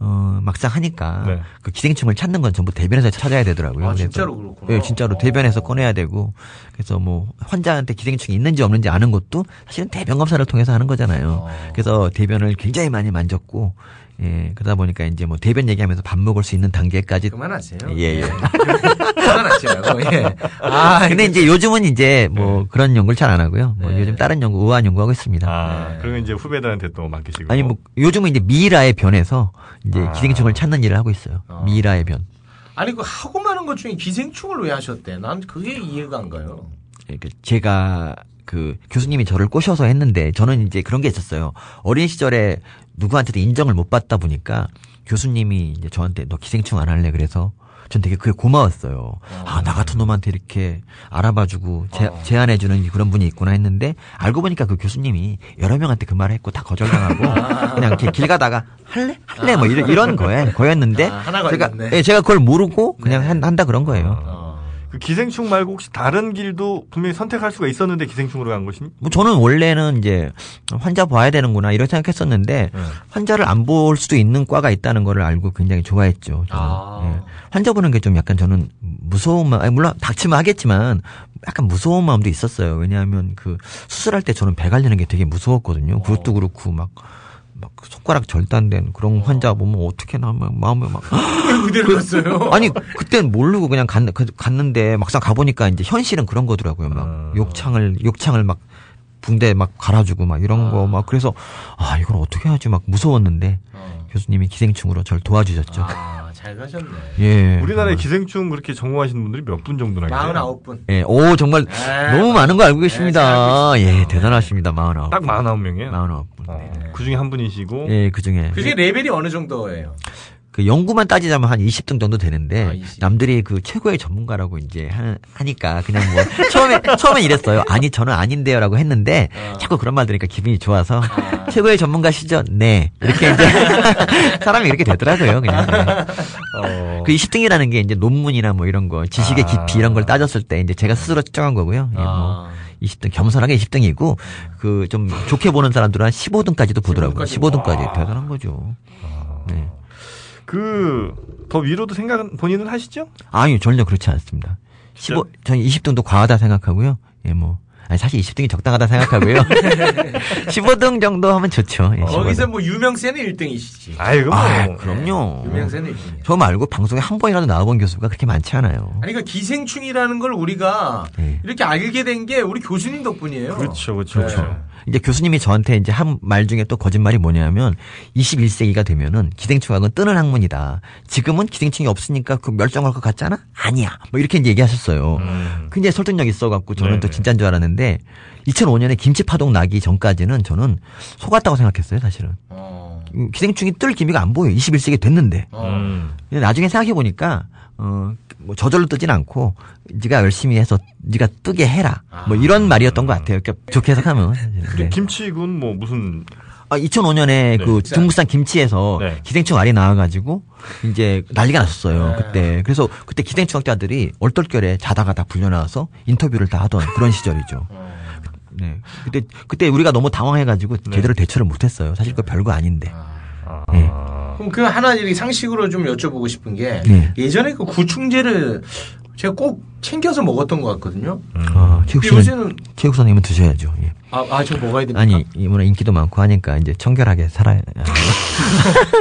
S6: 어, 막상 하니까
S5: 네.
S6: 그 기생충을 찾는 건 전부 대변에서 찾아야 되더라고요.
S7: 아,
S6: 그래서-
S7: 진짜로 그렇구나.
S6: 예, 진짜로 대변에서 꺼내야 되고. 그래서 뭐 환자한테 기생충이 있는지 없는지 아는 것도 사실은 대변 검사를 통해서 하는
S7: 어.
S6: 거잖아요. 그래서 대변을 굉장히 많이 만졌고, 예, 그러다 보니까 이제 뭐 대변 얘기하면서 밥 먹을 수 있는 단계까지
S7: 그만하세요.
S6: 예, 예.
S7: 그만하시라고. 예. 아,
S6: 근데 이제 요즘은 이제 뭐 그런 연구를 잘 안 하고요. 뭐
S7: 네.
S6: 요즘 다른 연구, 우아한 연구하고 있습니다. 아.
S5: 아, 그러면 이제 후배들한테 또 맡기시고.
S6: 니뭐 요즘은 이제 미라의 변에서 이제
S5: 아.
S6: 기생충을 찾는 일을 하고 있어요.
S7: 어.
S6: 미라의 변.
S7: 아니 그 하고 많은 것 중에 기생충을 왜 하셨대? 난 그게 이해가 안 가요.
S6: 그러니까 제가 그 교수님이 저를 꼬셔서 했는데 저는 이제 그런 게 있었어요. 어린 시절에 누구한테도 인정을 못 받다 보니까 교수님이 이제 저한테 너 기생충 안 할래 그래서 전 되게 그게 고마웠어요. 아, 나 같은 놈한테 이렇게 알아봐주고 제,
S7: 어.
S6: 제안해주는 그런 분이 있구나 했는데 알고 보니까 그 교수님이 여러 명한테 그 말을 했고 다 거절당하고 그냥 이렇게 길 가다가 할래? 할래? 뭐 이런, 이런 거에, 거였는데
S7: 아, 하나
S6: 제가,
S7: 걸렸네. 네.
S6: 예, 제가 그걸 모르고 그냥 한- 한다 그런 거예요.
S7: 어.
S5: 그 기생충 말고 혹시 다른 길도 분명히 선택할 수가 있었는데 기생충으로 간 것입니까?
S6: 뭐 저는 원래는 이제 환자 봐야 되는구나 이런 생각했었는데 환자를 안 볼 수도 있는 과가 있다는 거를 알고 굉장히 좋아했죠. 저는.
S7: 아.
S6: 예. 환자 보는 게 좀 약간 저는 무서운 마음, 아니, 물론 닥치면 하겠지만 약간 무서운 마음도 있었어요. 왜냐하면 그 수술할 때 저는 배 갈리는 게 되게 무서웠거든요. 그것도 그렇고 막. 막 손가락 절단된 그런 환자 보면 어떻게 나면 마음에 막
S7: 그대로 갔어요.
S6: 아니 그땐 모르고 그냥 갔, 그- 갔는데 막상 가보니까 이제 현실은 그런 거더라고요 막 욕창을 욕창을 막 붕대 막 갈아주고 막 이런 거 막 그래서 아 이걸 어떻게 하지 막 무서웠는데
S7: 어.
S6: 교수님이 기생충으로 절 도와주셨죠
S7: 아, 잘 가셨네.
S6: 예
S5: 우리나라에 기생충 그렇게 전공하시는 분들이 몇 분 정도나 계세요?
S7: 49분.
S6: 예오 정말
S7: 아,
S6: 너무 많은 거 알고
S7: 잘
S6: 계십니다 예 대단하십니다 마흔아홉
S5: 딱 49명이에요.
S6: 마흔아홉 분
S5: 그 중에 한 분이시고.
S6: 예그 중에
S7: 그게 레벨이 어느 정도예요?
S6: 그 연구만 따지자면 한 20등 정도 되는데
S7: 아, 20.
S6: 남들이 그 최고의 전문가라고 이제 하, 하니까 그냥 뭐 처음에 처음에 이랬어요. 아니 저는 아닌데요라고 했는데 자꾸 그런 말 들으니까 기분이 좋아서 최고의 전문가시죠? 네 이렇게 이제 사람이 이렇게 되더라고요. 그냥 네.
S5: 어,
S6: 그 20등이라는 게 이제 논문이나 뭐 이런 거 지식의
S5: 아.
S6: 깊이 이런 걸 따졌을 때 이제 제가 스스로 측정한 거고요. 예, 뭐
S7: 아.
S6: 20등 겸손하게 20등이고 그 좀 좋게 보는 사람들은 한 15등까지도 보더라고요.
S7: 15등까지.
S6: 15등까지 대단한 거죠. 네.
S5: 그, 더 위로도 생각은 본인은 하시죠?
S6: 아니요, 전혀 그렇지 않습니다. 15, 전 20등도 과하다 생각하고요. 예, 뭐. 아니, 사실 20등이 적당하다 생각하고요. 15등 정도 하면 좋죠. 예, 15등.
S7: 거기서 뭐 유명세는 1등이시지.
S5: 아이고. 뭐.
S6: 아, 그럼요.
S7: 네. 유명세는 1등이야.
S6: 저 말고 방송에 한 번이라도 나와본 교수가 그렇게 많지 않아요.
S7: 아니, 그 기생충이라는 걸 우리가
S6: 네.
S7: 이렇게 알게 된 게 우리 교수님 덕분이에요.
S5: 그렇죠, 그렇죠. 그렇죠.
S6: 이제 교수님이 저한테 이제 한 말 중에 또 거짓말이 뭐냐면 21세기가 되면은 기생충학은 뜨는 학문이다. 지금은 기생충이 없으니까 그 멸종할 것 같잖아? 아니야. 뭐 이렇게 이제 얘기하셨어요. 굉장히 설득력 있어갖고 저는 또
S5: 네네.
S6: 진짜인 줄 알았는데 2005년에 김치 파동 나기 전까지는 저는 속았다고 생각했어요, 사실은.
S7: 어.
S6: 음, 기생충이 뜰 기미가 안 보여요. 21세기 됐는데.
S7: 어.
S5: 음.
S6: 근데 나중에 생각해 보니까 어, 뭐 저절로 뜨진 않고 네가 열심히 해서 네가 뜨게 해라. 뭐 이런 말이었던 것 같아요. 그러니까 좋게 해석하면. 네.
S5: 김치군 뭐 무슨
S6: 아, 2005년에 그 중국산 김치에서
S5: 네.
S6: 기생충 알이 나와가지고 이제 난리가 났었어요 그때. 그래서 그때 기생충 학자들이 얼떨결에 자다가 다 불려나와서 인터뷰를 다 하던 그런 시절이죠. 네. 그때 그때 우리가 너무 당황해가지고 제대로 대처를 못했어요. 사실 그거 별거 아닌데. 네.
S7: 그럼 그 하나 이 상식으로 좀 여쭤보고 싶은 게
S6: 네.
S7: 예전에 그 구충제를 제가 꼭 챙겨서 먹었던 것 같거든요.
S6: 아, 체육
S7: 근데
S6: 씨는
S7: 요새는
S6: 체육 선생님은 드셔야죠. 예.
S7: 아, 아, 저 먹어야 됩니까?
S6: 아니 이분은 인기도 많고 하니까 이제 청결하게 살아야.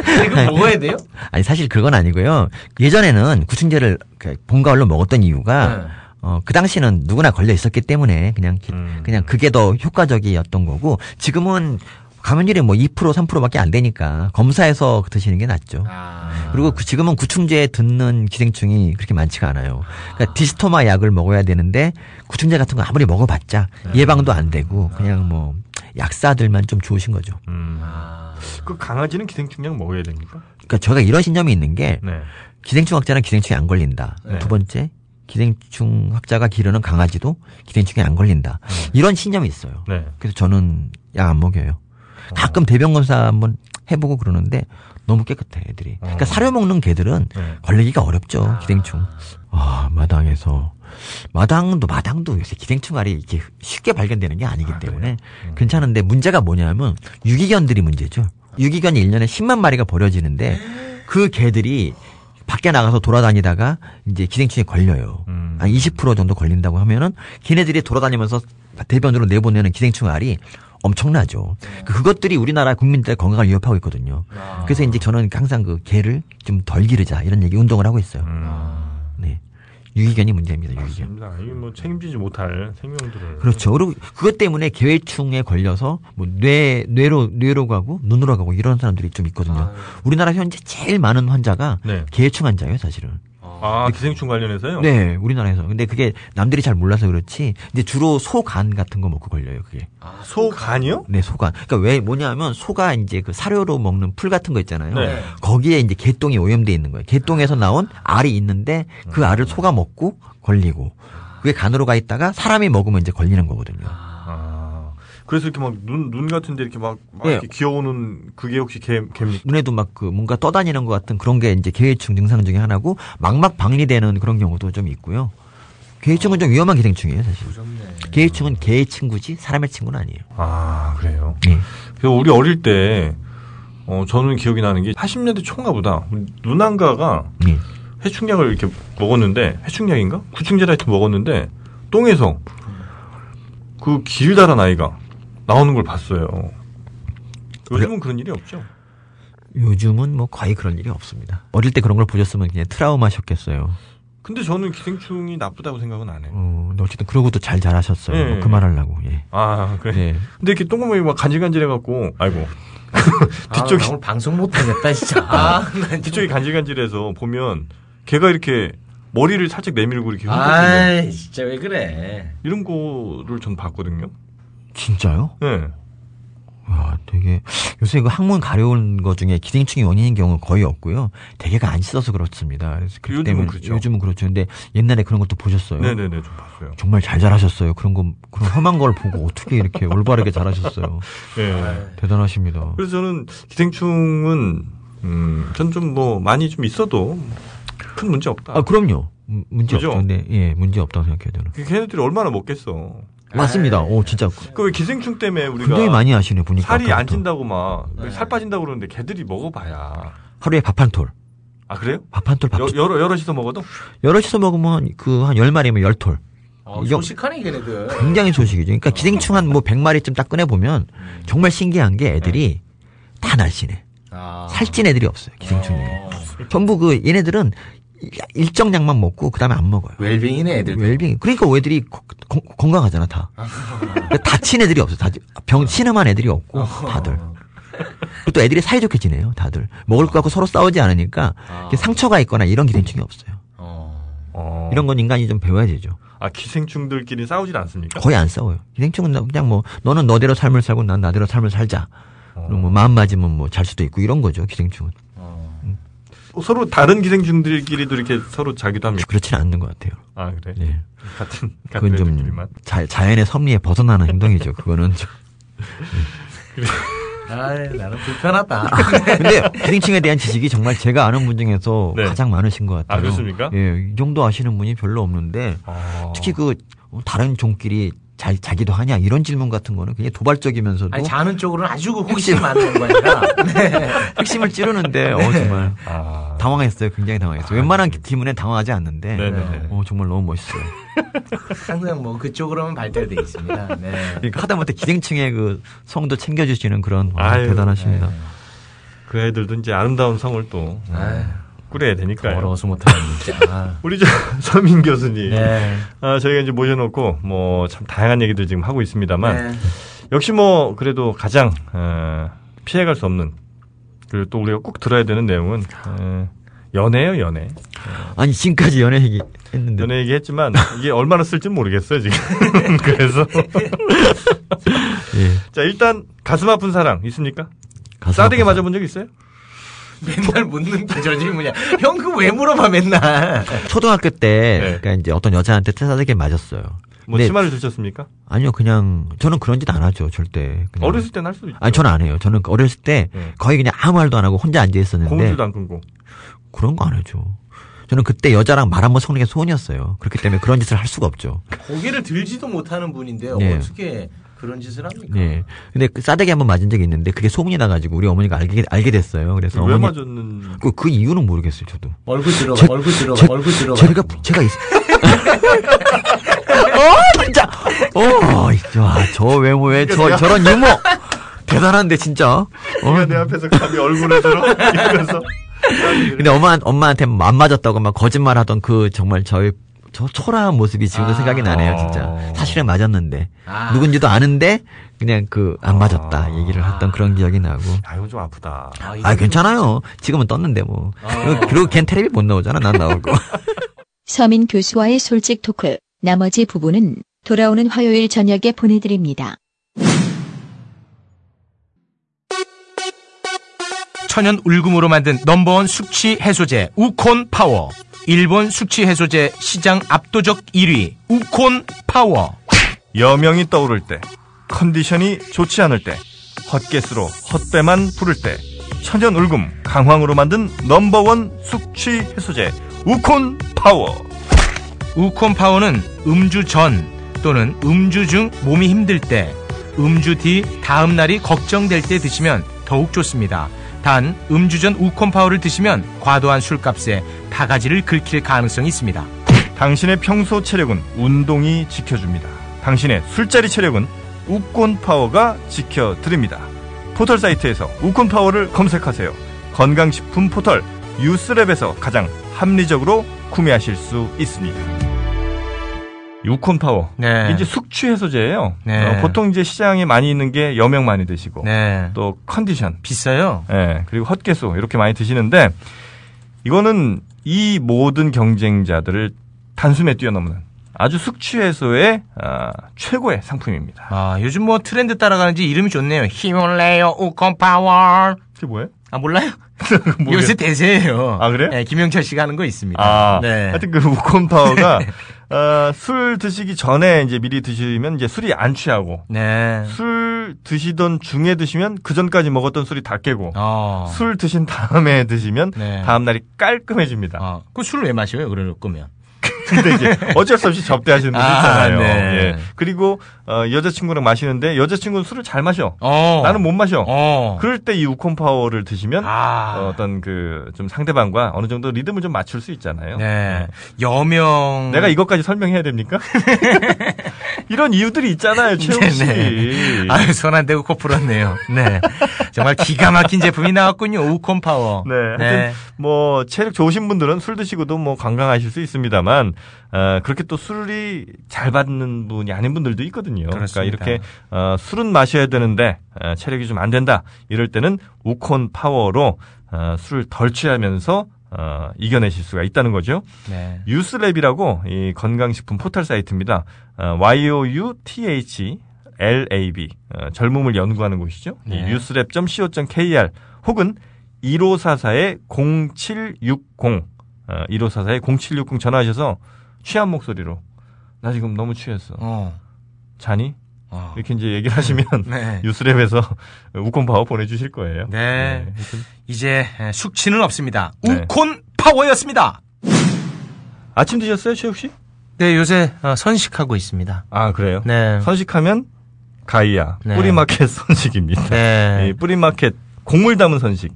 S7: 근데 아, 이거 먹어야 돼요?
S6: 아니 사실 그건 아니고요. 예전에는 구충제를 그 봄가을로 먹었던 이유가
S7: 네.
S6: 어 그 당시는
S7: 음.
S6: 누구나 걸려 있었기 때문에 그냥 기- 그냥 그게 더 효과적이었던 거고 지금은 감염률이 뭐 2% 3%밖에 안 되니까 검사해서 드시는 게 낫죠.
S7: 아.
S6: 그리고 그 지금은 구충제에 듣는 기생충이 그렇게 많지가 않아요. 그러니까 디스토마 약을 먹어야 되는데 구충제 같은 거 아무리 먹어봤자
S7: 네.
S6: 예방도 안 되고 그냥 뭐 약사들만 좀 좋으신 거죠.
S5: 음.
S6: 아.
S7: 아.
S5: 그 강아지는 기생충약 먹어야 됩니까?
S6: 그러니까 저희가 이런 신념이 있는 게
S5: 네.
S6: 기생충 학자는 기생충에 안 걸린다. 두 번째 기생충 학자가 기르는 강아지도 기생충에 안 걸린다. 이런 신념이 있어요.
S5: 네.
S6: 그래서 저는 약 안 먹여요. 가끔 대변 검사 한번 해보고 그러는데 너무 깨끗해 애들이. 그러니까 사료 먹는 개들은
S5: 네.
S6: 걸리기가 어렵죠 기생충. 아 마당에서 마당도 마당도 요새 기생충 알이 이렇게 쉽게 발견되는 게 아니기 음. 때문에 괜찮은데 문제가 뭐냐면 유기견들이 문제죠. 유기견이 1년에 10만 마리가 버려지는데 그 개들이 밖에 나가서 돌아다니다가 이제 기생충에 걸려요.
S5: 음.
S6: 한 20% 정도 걸린다고 하면은 걔네들이 돌아다니면서 대변으로 내보내는 기생충 알이 엄청나죠.
S5: 네.
S6: 그- 그것들이 우리나라 국민들의 건강을 위협하고 있거든요.
S5: 아.
S6: 그래서 이제 저는 항상 그 개를 좀 덜 기르자 이런 얘기 운동을 하고 있어요.
S5: 음.
S6: 네. 유기견이 문제입니다. 유기견.
S5: 맞습니다. 이게 뭐 책임지지 못할 생명들을.
S6: 그렇죠. 그리고 그것 때문에 개회충에 걸려서 뭐 뇌 뇌로 뇌로 가고 눈으로 가고 이런 사람들이 좀 있거든요. 우리나라 현재 제일 많은 환자가
S5: 아, 네.
S6: 개회충 환자예요, 사실은.
S5: 아 기생충 관련해서요?
S6: 네, 우리나라에서. 근데 그게 남들이 잘 몰라서 그렇지. 이제 주로 소간 같은 거 먹고 걸려요, 그게.
S5: 아, 소간이요?
S6: 네, 소간. 그러니까 왜 뭐냐면 소가 이제 그 사료로 먹는 풀 같은 거 있잖아요.
S5: 네.
S6: 거기에 이제 개똥이 오염돼 있는 거예요. 개똥에서 나온 알이 있는데 그 알을 소가 먹고 걸리고 그게 간으로 가 있다가 사람이 먹으면 이제 걸리는 거거든요.
S5: 아. 그래서 이렇게 막 눈 눈 같은데 이렇게 막, 막
S6: 네.
S5: 이렇게 기어오는 그게 혹시 개 개입니까?
S6: 눈에도 막 그 뭔가 떠다니는 것 같은 그런 게 이제 개회충 증상 중에 하나고 망막 박리되는 그런 경우도 좀 있고요. 개회충은 좀 위험한 기생충이에요, 사실. 개회충은 개의 친구지 사람의 친구는 아니에요.
S5: 아 그래요.
S6: 네.
S5: 그래서 우리 어릴 때 어, 저는 기억이 나는 게 80년대 초인가 보다 우리 누난가가
S6: 네.
S5: 해충약을 이렇게 먹었는데 해충약인가 구충제라 하여튼 먹었는데 똥에서 그 길다란 아이가 나오는 걸 봤어요. 요즘은 그런 일이 없죠.
S6: 요즘은 뭐 거의 그런 일이 없습니다. 어릴 때 그런 걸 보셨으면 그냥 트라우마셨겠어요.
S5: 근데 저는 기생충이 나쁘다고 생각은 안 해요.
S6: 어, 근데 어쨌든 그러고도 잘 자라셨어요.
S5: 예,
S6: 뭐
S5: 예.
S6: 그만하려고. 예.
S5: 아 그래.
S6: 네.
S5: 근데 이렇게 똥구멍이 막 간질간질해갖고 아이고
S7: 아,
S5: 뒤쪽이
S7: 나 오늘 방송 못하겠다 진짜. 아, 난
S5: 뒤쪽이 간질간질해서 보면 걔가 이렇게 머리를 살짝 내밀고 이렇게 흔들거든요.
S7: 아, 진짜 왜 그래?
S5: 이런 거를 전 봤거든요.
S6: 진짜요?
S5: 네.
S6: 와, 되게 요새 그 항문 가려운 거 중에 기생충이 원인인 경우는 거의 없고요. 대개가 안 씻어서 그렇습니다. 그래서 그렇기
S5: 요즘은
S6: 때문에
S5: 그렇죠.
S6: 요즘은 그렇죠. 근데 옛날에 그런 것도 보셨어요.
S5: 네네네, 좀 봤어요.
S6: 정말 잘 자라셨어요. 그런 거 그런 험한 걸 보고 어떻게 이렇게 올바르게 자라셨어요. 네.
S5: 예.
S6: 대단하십니다.
S5: 그래서 저는 기생충은, 음, 전 좀 뭐, 많이 좀 있어도 큰 문제 없다.
S6: 아, 그럼요. 음, 문제
S5: 그죠?
S6: 없죠. 근데 예, 문제 없다고 생각해요, 저는.
S5: 그 걔네들이 얼마나 먹겠어.
S6: 맞습니다. 오, 진짜 그-
S5: 그 왜 기생충 때문에 우리가
S6: 굉장히 많이 아시네 보니까.
S5: 살이 안
S6: 아까부터.
S5: 찐다고 막, 살 빠진다고 그러는데 걔들이 먹어봐야.
S6: 하루에 밥 한 톨.
S5: 아, 그래요?
S6: 밥 한 톨, 밥
S5: 여, 여러, 여럿이서 먹어도?
S6: 여럿이서 먹으면 그 한 열마리면열톨
S7: 어,
S6: 이거-
S7: 소식하네 걔네들.
S6: 굉장히 소식이죠. 그러니까 기생충 한 뭐 100마리쯤 딱 꺼내보면 정말 신기한 게 애들이 다 날씬해.
S7: 아.
S6: 살찐 애들이 없어요. 기생충 중에.
S7: 어,
S6: 전부 그 얘네들은 일정 양만 먹고 그다음에 안 먹어요.
S7: 웰빙이네 애들.
S6: 웰빙. 그러니까 애들이 거- 거- 건강하잖아 다. 그러니까 다친 애들이 없어. 다병 신음한 애들이 없고 다들. 그리고 또 애들이 사이좋게 지내요. 다들 먹을 거 갖고 서로 싸우지 않으니까 이렇게 상처가 있거나 이런 기생충이 없어요.
S7: 어.
S5: 어.
S6: 이런 건 인간이 좀 배워야 되죠.
S5: 아, 기생충들끼리 싸우진 않습니까?
S6: 거의 안 싸워요. 기생충은 나- 그냥 뭐 너는 너대로 삶을 살고 난 나대로 삶을 살자. 그리고 뭐 마음 맞으면 뭐 잘 수도 있고 이런 거죠. 기생충은
S7: 어.
S5: 어, 서로 다른 기생충들끼리도 이렇게 서로 자기도 합니다.
S6: 그렇지는 않는 것 같아요.
S5: 아, 그래?
S6: 예.
S5: 같은, 같은
S6: 그건 좀
S5: 애들끼리만.
S6: 자, 자연의 섭리에 벗어나는 행동이죠. 그거는 좀.
S7: 아, 나는 불편하다.
S6: 근데 기생충에 대한 지식이 정말 제가 아는 분 중에서
S5: 네.
S6: 가장 많으신 것 같아요.
S5: 아, 그렇습니까?
S6: 예, 이 정도 아시는 분이 별로 없는데
S5: 아.
S6: 특히 그 다른 종끼리 자, 자기도 하냐 이런 질문 같은 거는 굉장히 도발적이면서도
S7: 아니 자는 쪽으로는 아주 그 호기심 많은 거니까. 네.
S6: 핵심을 찌르는데 어 정말
S5: 네. 아. 네.
S6: 당황했어요. 굉장히 당황했어요. 웬만한 질문에 당황하지 않는데
S5: 네네네.
S6: 어, 정말 너무 멋있어요.
S7: 항상 뭐 그쪽으로만 발달돼 있습니다. 네.
S6: 그러니까 하다못해 기생충의 그 성도 챙겨주시는 그런 와,
S5: 아유, 네.
S6: 대단하십니다.
S5: 그 애들도 이제 아름다운 성을 또 어,
S7: 아유,
S5: 꾸려야 되니까요.
S7: 어려워서 못하는 진짜.
S5: 우리 저 서민 교수님,
S7: 아, 네.
S5: 아, 저희가 이제 모셔놓고 뭐 참 다양한 얘기들 지금 하고 있습니다만
S7: 네.
S5: 역시 뭐 그래도 가장 어, 피해갈 수 없는 그리고 또 우리가 꼭 들어야 되는 내용은 어, 연애예요 연애.
S6: 아니 지금까지 연애 얘기 했는데
S5: 연애 얘기했지만 이게 얼마나 쓸지 모르겠어요 지금. 그래서
S6: 예.
S5: 자 일단 가슴 아픈 사랑 있습니까?
S6: 가슴
S5: 싸대기
S6: 아파서.
S5: 맞아본 적 있어요?
S7: 맨날 묻는 게 저 질문이야. 형 그 왜 물어봐 맨날.
S6: 초등학교 때
S5: 네.
S6: 그러니까 이제 어떤 여자한테 태사되게 맞았어요.
S5: 뭐
S6: 근데
S5: 치마를 들쳤습니까?
S6: 아니요 그냥 저는 그런 짓 안 하죠 절대. 그냥.
S5: 어렸을 땐 할 수도 있죠.
S6: 네. 아니 저는 안 해요. 저는 그 어렸을 때
S5: 네.
S6: 거의 그냥 아무 말도 안 하고 혼자 앉아 있었는데
S5: 고무줄도 안 끊고.
S6: 그런 거 안 하죠. 저는 그때 여자랑 말 한 번 섞는 게 소원이었어요. 그렇기 때문에 그런 짓을 할 수가 없죠.
S7: 고개를 들지도 못하는 분인데
S6: 네.
S7: 어떻게 그런 짓을 합니까?
S6: 예. 근데 그 싸대기 한 번 맞은 적이 있는데 그게 소문이 나가지고 우리 어머니가 알게 알게 됐어요. 그래서
S5: 왜
S6: 어머니
S5: 맞았는?
S6: 그, 그 이유는 모르겠어요. 저도.
S7: 얼굴 들어가,
S6: 제-
S7: 얼굴 들어가,
S6: 제-
S7: 얼굴 들어가.
S6: 제가 제가 있어. 어 진짜. 어와저 외모에 저 저런 유머 대단한데 진짜.
S5: 네가 내 앞에서 감히 얼굴을 들어 이러면서
S6: 근데 엄마 엄마한테 안 맞았다고 막 거짓말하던 그 정말 저의 저 초라한 모습이 지금도
S7: 아.
S6: 생각이 나네요 진짜 사실은 맞았는데
S7: 아.
S6: 누군지도 아는데 그냥 그 안 맞았다 얘기를 했던 그런 기억이 나고
S5: 아 이거 좀 아프다.
S7: 아, 이거
S6: 아 괜찮아요 지금은 떴는데 뭐
S7: 아.
S6: 그리고- 그리고 걘 텔레비 못 나오잖아 난 나올 거
S3: 서민 교수와의 솔직 토크. 나머지 부분은 돌아오는 화요일 저녁에 보내드립니다.
S7: 천연 울금으로 만든 넘버원 숙취 해소제 우콘 파워. 일본 숙취 해소제 시장 압도적 1위 우콘 파워.
S5: 여명이 떠오를 때, 컨디션이 좋지 않을 때, 헛개수로 헛배만 부를 때, 천연 울금 강황으로 만든 넘버원 숙취 해소제 우콘 파워.
S7: 우콘 파워는 음주 전 또는 음주 중 몸이 힘들 때, 음주 뒤 다음 날이 걱정될 때 드시면 더욱 좋습니다. 단 음주 전 우콘 파워를 드시면 과도한 술값에 바가지를 긁힐 가능성이 있습니다.
S5: 당신의 평소 체력은 운동이 지켜줍니다. 당신의 술자리 체력은 우콘 파워가 지켜드립니다. 포털 사이트에서 우콘 파워를 검색하세요. 건강식품 포털 유스랩에서 가장 합리적으로 구매하실 수 있습니다. 우콘 파워.
S7: 네.
S5: 이제 숙취 해소제예요.
S7: 네.
S5: 어, 보통 이제 시장에 많이 있는 게 여명 많이 드시고
S7: 네.
S5: 또 컨디션,
S7: 비싸요?
S5: 예, 그리고 헛개수 이렇게 많이 드시는데 이거는 이 모든 경쟁자들을 단숨에 뛰어넘는 아주 숙취해소의 아, 최고의 상품입니다.
S7: 아, 요즘 뭐 트렌드 따라가는지 이름이 좋네요. 힘을 내요, 우콘 파워.
S5: 그게 뭐예요?
S7: 아, 몰라요?
S5: 뭐예요?
S7: 요새 대세예요.
S5: 아, 그래요?
S7: 네, 김영철 씨가 하는 거 있습니다.
S5: 아,
S7: 네.
S5: 하여튼 그 우콘 파워가 아, 술 드시기 전에 이제 미리 드시면 이제 술이 안 취하고
S7: 네.
S5: 술 드시던 중에 드시면 그 전까지 먹었던 술이 다 깨고
S7: 어.
S5: 술 드신 다음에 드시면
S7: 네.
S5: 다음 날이 깔끔해집니다.
S7: 아, 그 술을 왜 마셔요? 그럴 거면.
S5: 근데 이제 어쩔 수 없이 접대하시는 분들
S7: 아,
S5: 있잖아요.
S7: 네.
S5: 예. 그리고 어, 여자친구랑 마시는데 여자친구는 술을 잘 마셔.
S7: 어.
S5: 나는 못 마셔.
S7: 어.
S5: 그럴 때 이 우콘 파워를 드시면
S7: 아.
S5: 어, 떤 그 좀 상대방과 어느 정도 리듬을 좀 맞출 수 있잖아요.
S7: 네. 여명.
S5: 내가 이것까지 설명해야 됩니까? 이런 이유들이 있잖아요, 최욱 씨.
S7: 네네. 아유, 손 안 대고 코 풀었네요. 네. 정말 기가 막힌 제품이 나왔군요. 우콘 파워.
S5: 네. 하여튼 뭐 체력 좋으신 분들은 술 드시고도 뭐 건강하실 수 있습니다만 어, 그렇게 또 술이 잘 받는 분이 아닌 분들도 있거든요. 러니까
S7: 그렇습니다.
S5: 이렇게 어, 술은 마셔야 되는데 어, 체력이 좀 안 된다. 이럴 때는 우콘 파워로 어, 술을 덜 취하면서 어, 이겨내실 수가 있다는 거죠.
S7: 네.
S5: 유스랩이라고 이 건강식품 포털 사이트입니다. 어, YOUTH LAB 어, 젊음을 연구하는 곳이죠. 이
S7: 네.
S5: 유스랩.co.kr 혹은 1544의 0760 어, 1544의 0760 전화하셔서 취한 목소리로 나 지금 너무 취했어.
S7: 어.
S5: 자니?
S7: 어.
S5: 이렇게 이제 얘기를 하시면
S7: 네.
S5: 유스랩에서 우콘 파워 보내주실 거예요.
S7: 네.
S5: 하여튼
S7: 이제 에, 숙취는 없습니다.
S5: 네.
S7: 우콘 파워였습니다.
S5: 아침 드셨어요, 최욱 씨?
S7: 네, 요새 어, 선식하고 있습니다.
S5: 아 그래요?
S7: 네.
S5: 선식하면 가이아
S7: 네.
S5: 뿌리마켓 선식입니다.
S7: 네.
S5: 이 뿌리마켓 곡물 담은 선식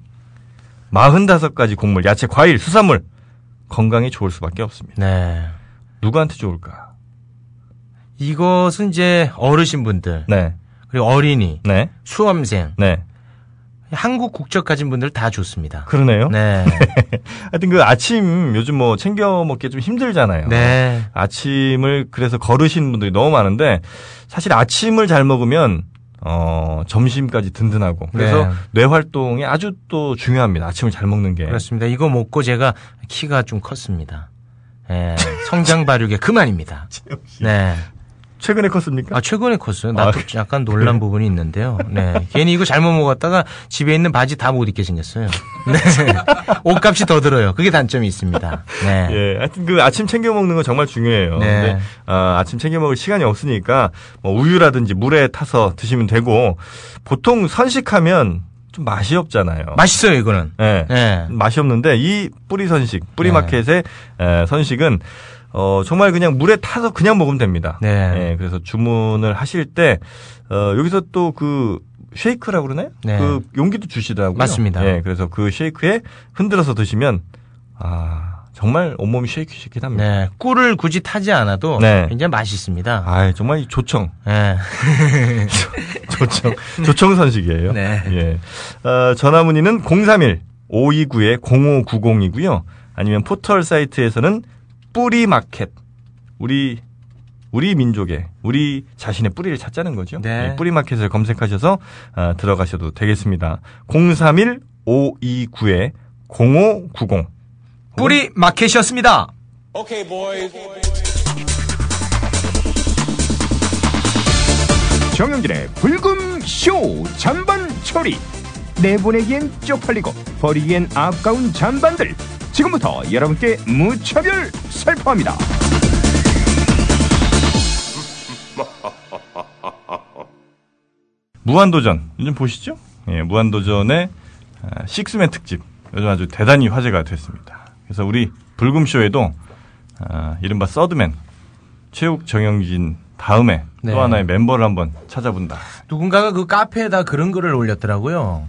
S5: 45가지 곡물, 야채, 과일, 수산물 건강에 좋을 수밖에 없습니다.
S7: 네.
S5: 누구한테 좋을까?
S7: 이것은 이제 어르신분들,
S5: 네,
S7: 그리고 어린이,
S5: 네,
S7: 수험생,
S5: 네,
S7: 한국 국적 가진 분들 다 좋습니다.
S5: 그러네요.
S7: 네.
S5: 하여튼 그 아침 요즘 뭐 챙겨 먹기 좀 힘들잖아요.
S7: 네.
S5: 아침을 그래서 걸으신 분들이 너무 많은데 사실 아침을 잘 먹으면 어, 점심까지 든든하고 그래서
S7: 네.
S5: 뇌 활동이 아주 또 중요합니다. 아침을 잘 먹는 게.
S7: 그렇습니다. 이거 먹고 제가 키가 좀 컸습니다. 예, 성장 발육의 그만입니다. 네.
S5: 최근에 컸습니까?
S7: 아, 최근에 컸어요. 나도
S5: 아,
S7: 약간 놀란 부분이 있는데요. 네. 괜히 이거 잘못 먹었다가 집에 있는 바지 다 못 입게 생겼어요. 네. 옷값이 더 들어요. 그게 단점이 있습니다. 네.
S5: 예, 하여튼 그 아침 챙겨 먹는 거 정말 중요해요.
S7: 네.
S5: 근데 아, 아침 챙겨 먹을 시간이 없으니까 뭐 우유라든지 물에 타서 드시면 되고 보통 선식하면 좀 맛이 없잖아요.
S7: 맛있어요, 이거는.
S5: 예.
S7: 네.
S5: 맛이 없는데 이 뿌리 선식, 뿌리
S7: 네.
S5: 마켓의 에, 선식은 어 정말 그냥 물에 타서 그냥 먹으면 됩니다.
S7: 네.
S5: 예, 그래서 주문을 하실 때 어, 여기서 또 그 쉐이크라고 그러나요?
S7: 네.
S5: 그 용기도 주시더라고요.
S7: 맞습니다.
S5: 예, 그래서 그 쉐이크에 흔들어서 드시면 아 정말 온몸이 쉐이크 쉐이크합니다.
S7: 네. 꿀을 굳이 타지 않아도
S5: 네.
S7: 굉장히 맛있습니다.
S5: 아 정말 이 조청,
S7: 네.
S5: 조청, 조청 선식이에요.
S7: 네.
S5: 예. 어, 전화 문의는 031 529의 0590이고요. 아니면 포털 사이트에서는 뿌리 마켓. 우리 우리 민족의 우리 자신의 뿌리를 찾자는 거죠.
S7: 네.
S5: 예, 뿌리 마켓을 검색하셔서 아, 들어가셔도 되겠습니다. 031 529의 0590.
S7: 뿌리 마켓이었습니다.
S8: 정영진의 불금 쇼 잔반 처리 내보내기엔 쪽팔리고 버리기엔 아까운 잔반들 지금부터 여러분께 무차별 살포합니다
S5: 무한도전 요즘 보시죠? 예, 무한도전의 아, 식스맨 특집 요즘 아주 대단히 화제가 됐습니다. 그래서 우리 불금쇼에도 아, 이른바 서드맨 최욱 정영진 다음에
S7: 네.
S5: 또 하나의 멤버를 한번 찾아본다.
S7: 누군가가 그 카페에다 그런 글을 올렸더라고요.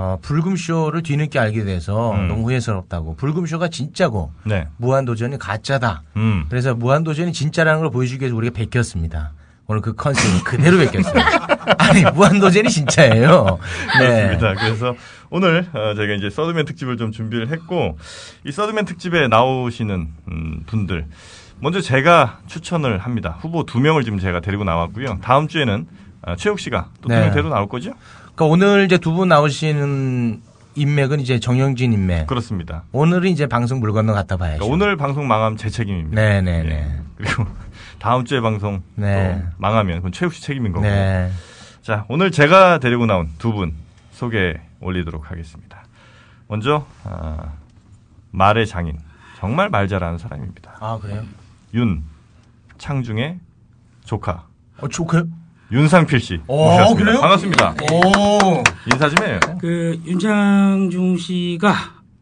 S7: 어, 불금쇼를 뒤늦게 알게 돼서
S5: 음.
S7: 너무 후회스럽다고. 불금쇼가 진짜고
S5: 네,
S7: 무한도전이 가짜다.
S5: 음,
S7: 그래서 무한도전이 진짜라는 걸 보여주기 위해서 우리가 베꼈습니다. 오늘 그 컨셉을 그대로 베꼈습니다. 아니, 무한도전이 진짜예요. 네.
S5: 그렇습니다. 그래서 오늘 어, 저희가 이제 서드맨 특집을 좀 준비를 했고 이 서드맨 특집에 나오시는 음, 분들 먼저 제가 추천을 합니다. 후보 두 명을 지금 제가 데리고 나왔고요. 다음 주에는 아, 최욱 씨가 또 두
S7: 네.
S5: 명 데리고 나올 거죠?
S7: 그러니까 오늘 이제 두 분 나오시는 인맥은 이제 정영진 인맥.
S5: 그렇습니다.
S7: 오늘은 이제 방송 물 건너 갔다 봐야죠.
S5: 그러니까 오늘 방송 망하면 제 책임입니다.
S7: 네네네.
S5: 예. 그리고 다음 주에 방송
S7: 네.
S5: 또 망하면 그건 최욱 씨 책임인 거고. 요
S7: 네.
S5: 자, 오늘 제가 데리고 나온 두 분 소개 올리도록 하겠습니다. 먼저 아, 말의 장인, 정말 말 잘하는 사람입니다.
S7: 아, 그래요?
S5: 윤 창중의 조카
S7: 어, 좋고요.
S5: 윤상필 씨
S7: 오,
S5: 모셨습니다.
S7: 그래요?
S5: 반갑습니다.
S7: 오.
S5: 인사 좀 해요.
S9: 그 윤창중 씨가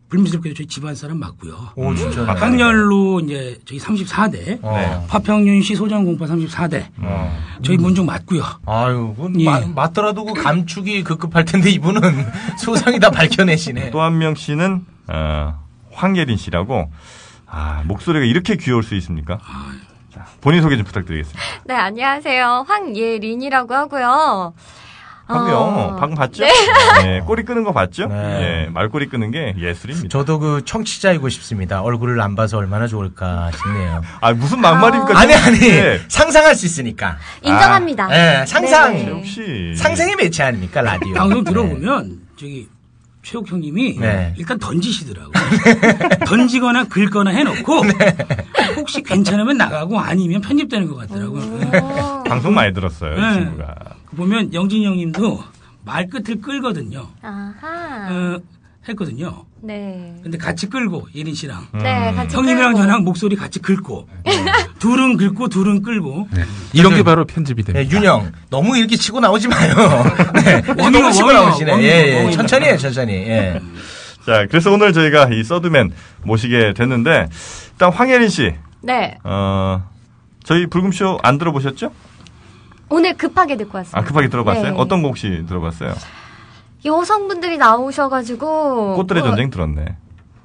S9: 불미스럽게도 저희 집안 사람 맞고요.
S7: 오,
S5: 음,
S7: 진짜.
S9: 박강렬로 이제 저희 34대,
S8: 어.
S7: 네.
S9: 파평윤 씨 소장공파 34대,
S5: 어.
S8: 음.
S9: 저희 문중 맞고요.
S7: 아유, 그건
S9: 예.
S7: 마- 맞더라도 그 감축이 급급할 텐데 이분은 소상이 다 밝혀내시네.
S5: 또 한 명 씨는 어, 황예린 씨라고 아, 목소리가 이렇게 귀여울 수 있습니까? 자, 본인 소개 좀 부탁드리겠습니다.
S10: 네, 안녕하세요. 황예린이라고 하고요.
S5: 방요
S10: 어,
S5: 방 봤죠? 네, 꼬리 끄는 거 봤죠?
S7: 네.
S5: 예, 말꼬리 끄는 게 예술입니다.
S7: 저도 그 청취자이고 싶습니다. 얼굴을 안 봐서 얼마나 좋을까 싶네요.
S5: 아 무슨 막말입니까?
S7: 아니 아니
S5: 네.
S7: 상상할 수 있으니까.
S10: 인정합니다.
S5: 아,
S7: 예, 상상.
S10: 네.
S5: 역시
S7: 상생의 매체 아닙니까 라디오.
S9: 방송
S7: 네.
S9: 들어보면 저기 최욱 형님이
S7: 네.
S9: 일단 던지시더라고요. 던지거나 긁거나 해놓고
S7: 네.
S9: 혹시 괜찮으면 나가고 아니면 편집되는 것 같더라고요.
S10: 어,
S5: 방송 많이 들었어요 이
S9: 네.
S5: 친구가.
S9: 보면 영진 형님도 말끝을 끌거든요.
S10: 아하.
S9: 어, 했거든요.
S10: 네.
S9: 근데 같이 끌고 예린 씨랑
S7: 음.
S5: 음.
S10: 네, 같이
S9: 형님이랑
S10: 끌고.
S9: 저랑 목소리 같이 긁고
S7: 네.
S9: 둘은 긁고 둘은 끌고
S11: 이런 게 바로 편집이 됩니다.
S7: 네, 윤영 너무 이렇게 치고 나오지 마요. 네,
S9: 원이요,
S7: 너무 치고
S9: 어, 원이요,
S7: 나오시네.
S9: 원이요,
S7: 예, 예.
S9: 원이요.
S7: 천천히 해, 천천히. 예.
S5: 자 그래서 오늘 저희가 이 서드맨 모시게 됐는데 일단 황예린 씨,
S10: 네.
S5: 어, 저희 불금쇼 안 들어보셨죠?
S10: 오늘 급하게 듣고 왔습니다.
S5: 아 급하게 들어봤어요?
S10: 네.
S5: 어떤 곡 혹시 들어봤어요?
S10: 여성분들이 나오셔가지고.
S5: 꽃들의
S10: 뭐-
S5: 전쟁 들었네.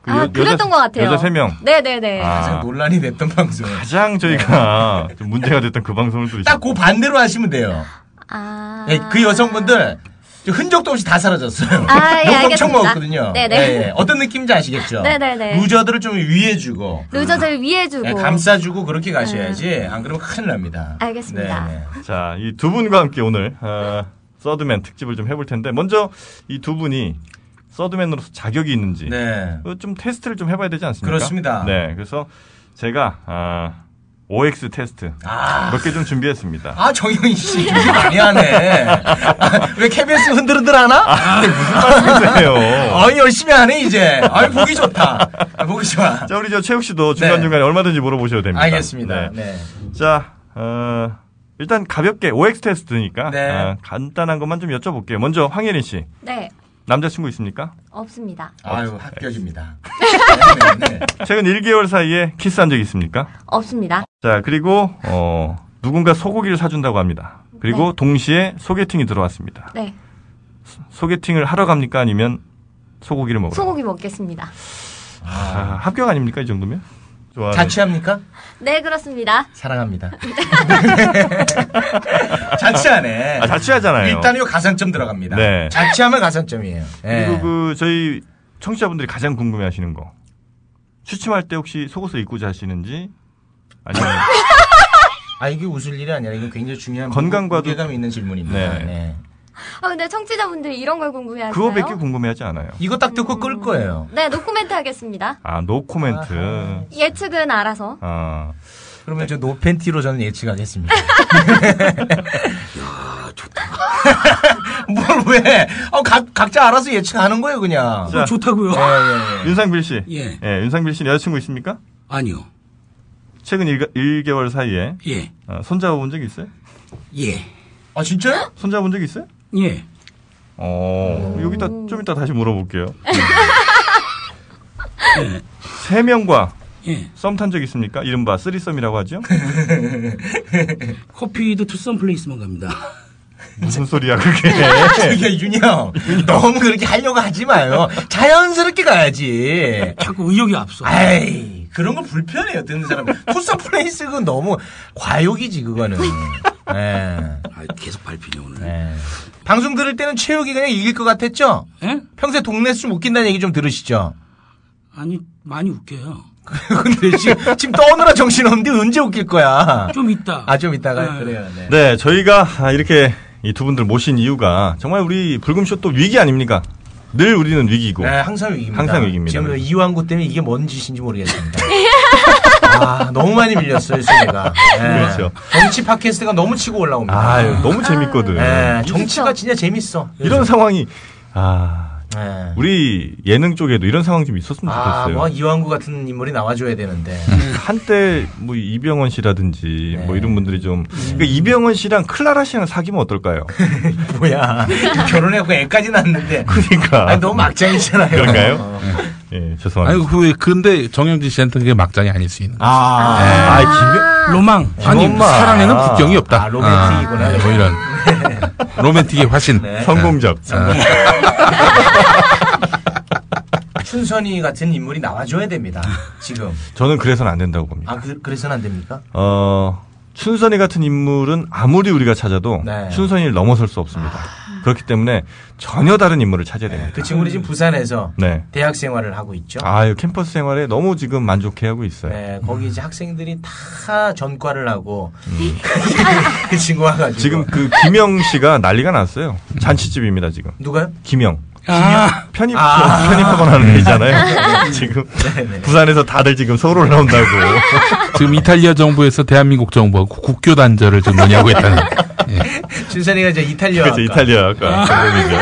S5: 그
S10: 아,
S5: 여-
S10: 그랬던
S5: 여자-
S10: 것 같아요.
S5: 여자 세 명.
S10: 네네네.
S7: 가장
S5: 아,
S7: 논란이 됐던 방송.
S5: 가장 저희가
S10: 네.
S5: 좀 문제가 됐던 그 방송을
S7: 딱
S5: 들으시고
S7: 그 반대로 하시면 돼요.
S10: 아.
S7: 예, 그 여성분들 흔적도 없이 다 사라졌어요.
S10: 아, 예,
S7: 욕
S10: 알겠습니다.
S7: 엄청 먹었거든요.
S10: 네네.
S7: 예, 예. 어떤 느낌인지 아시겠죠?
S10: 네네네.
S7: 루저들을 좀 위해주고
S10: 루저들 위해주고. 네.
S7: 예, 감싸주고 그렇게 가셔야지 안 그러면 큰일 납니다.
S10: 알겠습니다.
S7: 네, 네.
S5: 자, 이 두 분과 함께 오늘 어, 서드맨 특집을 좀 해볼 텐데 먼저 이 두 분이 서드맨으로서 자격이 있는지
S7: 네.
S5: 그거 좀 테스트를 좀 해봐야 되지 않습니까?
S7: 그렇습니다.
S5: 네, 그래서 제가 아, OX 테스트
S7: 아.
S5: 몇 개 좀 준비했습니다.
S7: 아, 정영희 씨, 준비 많이 하네. 아, 왜 KBS 흔들흔들 하나? 아, 무슨
S5: 말씀이세요?
S7: 아, 열심히 하네, 이제. 아, 보기 좋다. 아, 보기 좋아.
S5: 자, 우리 저 최욱 씨도 중간중간에 얼마든지 물어보셔도 됩니다.
S7: 네. 알겠습니다.
S5: 네.
S7: 네.
S5: 자, 어, 일단 가볍게 OX 테스트니까
S7: 네.
S5: 어, 간단한 것만 좀 여쭤볼게요. 먼저 황예린 씨,
S10: 네,
S5: 남자친구 있습니까?
S10: 없습니다.
S7: 아유, 합격입니다. 네,
S5: 최근 1개월 사이에 키스한 적 있습니까?
S10: 없습니다.
S5: 자, 그리고 어, 누군가 소고기를 사준다고 합니다. 그리고
S10: 네.
S5: 동시에 소개팅이 들어왔습니다.
S10: 네,
S5: 소개팅을 하러 갑니까 아니면 소고기를 먹으러?
S10: 소고기 먹겠습니다.
S5: 아, 합격 아닙니까 이 정도면? 좋아.
S7: 자취합니까?
S10: 네, 그렇습니다.
S7: 사랑합니다. 자취하네.
S5: 아, 자취하잖아요.
S7: 일단 요 가산점 들어갑니다.
S5: 네.
S7: 자취하면 가산점이에요. 예.
S5: 그리고 그 저희 청취자분들이 가장 궁금해하시는 거 취침할 때 혹시 속옷을 입고 자시는지 아니면
S7: 아 이게 웃을 일이 아니라 이건 굉장히 중요한
S5: 건강과도-
S7: 무게감 있는 질문입니다.
S5: 네.
S7: 네.
S10: 아, 근데 청취자분들이 이런 걸 궁금해하세요?
S5: 그거 밖에 궁금해하지 않아요.
S7: 이거 딱 듣고 끌 거예요.
S10: 네, 노코멘트 하겠습니다.
S5: 아, 노 코멘트.
S10: 예측은 알아서.
S5: 아,
S7: 그러면 저 노팬티로 저는 예측하겠습니다. 뭘 왜? 어, 각, 각자 알아서 예측하는 거예요, 그냥.
S9: 어,
S5: 자,
S11: 좋다고요.
S7: 예, 예, 예.
S5: 윤상필 씨.
S11: 예.
S5: 예, 윤상필 씨는 여자친구 있습니까?
S11: 아니요.
S5: 최근 1, 개월 사이에
S11: 예.
S5: 어, 손잡아본 적 있어요?
S11: 예.
S7: 아, 진짜요?
S5: 손잡은 적 있어요?
S11: 예.
S5: 어, 여기다 좀 이따 다시 물어볼게요.
S10: 네.
S5: 세 명과
S11: 예.
S5: 썸 탄 적 있습니까? 이른바 쓰리썸이라고 하죠?
S11: 커피도 투썸 플레이스만 갑니다.
S5: 무슨 소리야, 그게.
S7: 이게 네. 윤이 형. 너무 그렇게 하려고 하지 마요. 자연스럽게 가야지.
S11: 자꾸 의욕이 앞서.
S7: 예. 아이, 그런 건 불편해요, 듣는 사람. 투썸 플레이스 그건 너무 과욕이지, 그거는. 예.
S11: 아, 계속 밟히네, 오늘.
S7: 예. 방송 들을 때는 최욱이 그냥 이길 것 같았죠?
S11: 예?
S7: 평소에 동네에서 좀 웃긴다는 얘기 좀 들으시죠?
S11: 아니, 많이 웃겨요.
S7: 근데 지금, 지금 떠느라 정신없는데 언제 웃길 거야?
S11: 좀 있다.
S7: 아, 좀 이따가.
S11: 네.
S7: 그래요, 네.
S5: 네, 저희가 아, 이렇게 이 두 분들 모신 이유가 정말 우리 불금쇼 또 위기 아닙니까? 늘 우리는 위기고.
S7: 네, 항상 위기입니다.
S5: 항상 위기입니다.
S7: 지금 이왕구 때문에 이게 뭔 짓인지 모르겠습니다. 아, 너무 많이 밀렸어요, 제가. 네.
S5: 그렇죠.
S7: 정치 팟캐스트가 너무 치고 올라옵니다.
S5: 아유, 너무 재밌거든.
S7: 예,
S11: 그렇죠.
S7: 정치가 진짜 재밌어.
S5: 이런 상황이, 아,
S7: 예.
S5: 우리 예능 쪽에도 이런 상황 좀 있었으면
S7: 아,
S5: 좋겠어요.
S7: 뭐 이왕구 같은 인물이 나와줘야 되는데.
S5: 한때 뭐 이병헌 씨라든지
S7: 네.
S5: 뭐 이런 분들이
S7: 음.
S5: 좀 그러니까 이병헌 씨랑 클라라 씨랑 사귀면 어떨까요?
S7: 뭐야. 결혼해갖고 애까지 낳았는데.
S5: 그러니까
S7: 아니, 너무 막장이잖아요. 어.
S5: 그런가요? 예,
S12: 아니
S5: 죄송합니다.
S12: 그 근데 정영진 씨한테 그게 막장이 아닐 수 있는.
S5: 아, 아, 김
S11: 로망.
S12: 아니
S5: 엄마.
S12: 사랑에는 국경이 없다.
S7: 아, 로맨틱이구나. 네.
S12: 아, 뭐 이런 로맨틱의 화신. 네.
S7: 아.
S5: 성공적.
S7: 춘선이 같은 인물이 나와줘야 됩니다. 지금.
S5: 저는 그래서는 안 된다고 봅니다.
S7: 아, 그, 그래서는 안 됩니까?
S5: 어, 춘선이 같은 인물은 아무리 우리가 찾아도
S7: 네. 아.
S5: 춘선이를 넘어설 수 없습니다. 그렇기 때문에 전혀 다른 인물을 찾아야 됩니다.
S7: 그 친구는 지금 부산에서
S5: 네.
S7: 대학 생활을 하고 있죠.
S5: 아유, 캠퍼스 생활에 너무 지금 만족해하고 있어요.
S7: 네, 거기 이제 학생들이 다 전과를 하고 그 친구 와가지고
S5: 음. 지금 그 김영 씨가 난리가 났어요. 잔치집입니다, 지금.
S7: 누가요?
S5: 김영.
S11: 아,
S5: 편입
S7: 아. 네,
S5: 편입학원 하는 애잖아요. 지금 부산에서 다들 지금 서울 올라온다고.
S7: 아,
S12: 지금 이탈리아 정부에서 대한민국 정부하고 국교 단절을 좀 논의하고 있다는. 예.
S7: 준선이가 이제 그렇죠. 이탈리아
S5: 그래서
S7: 학과.
S5: 이탈리아 아까 전공이죠.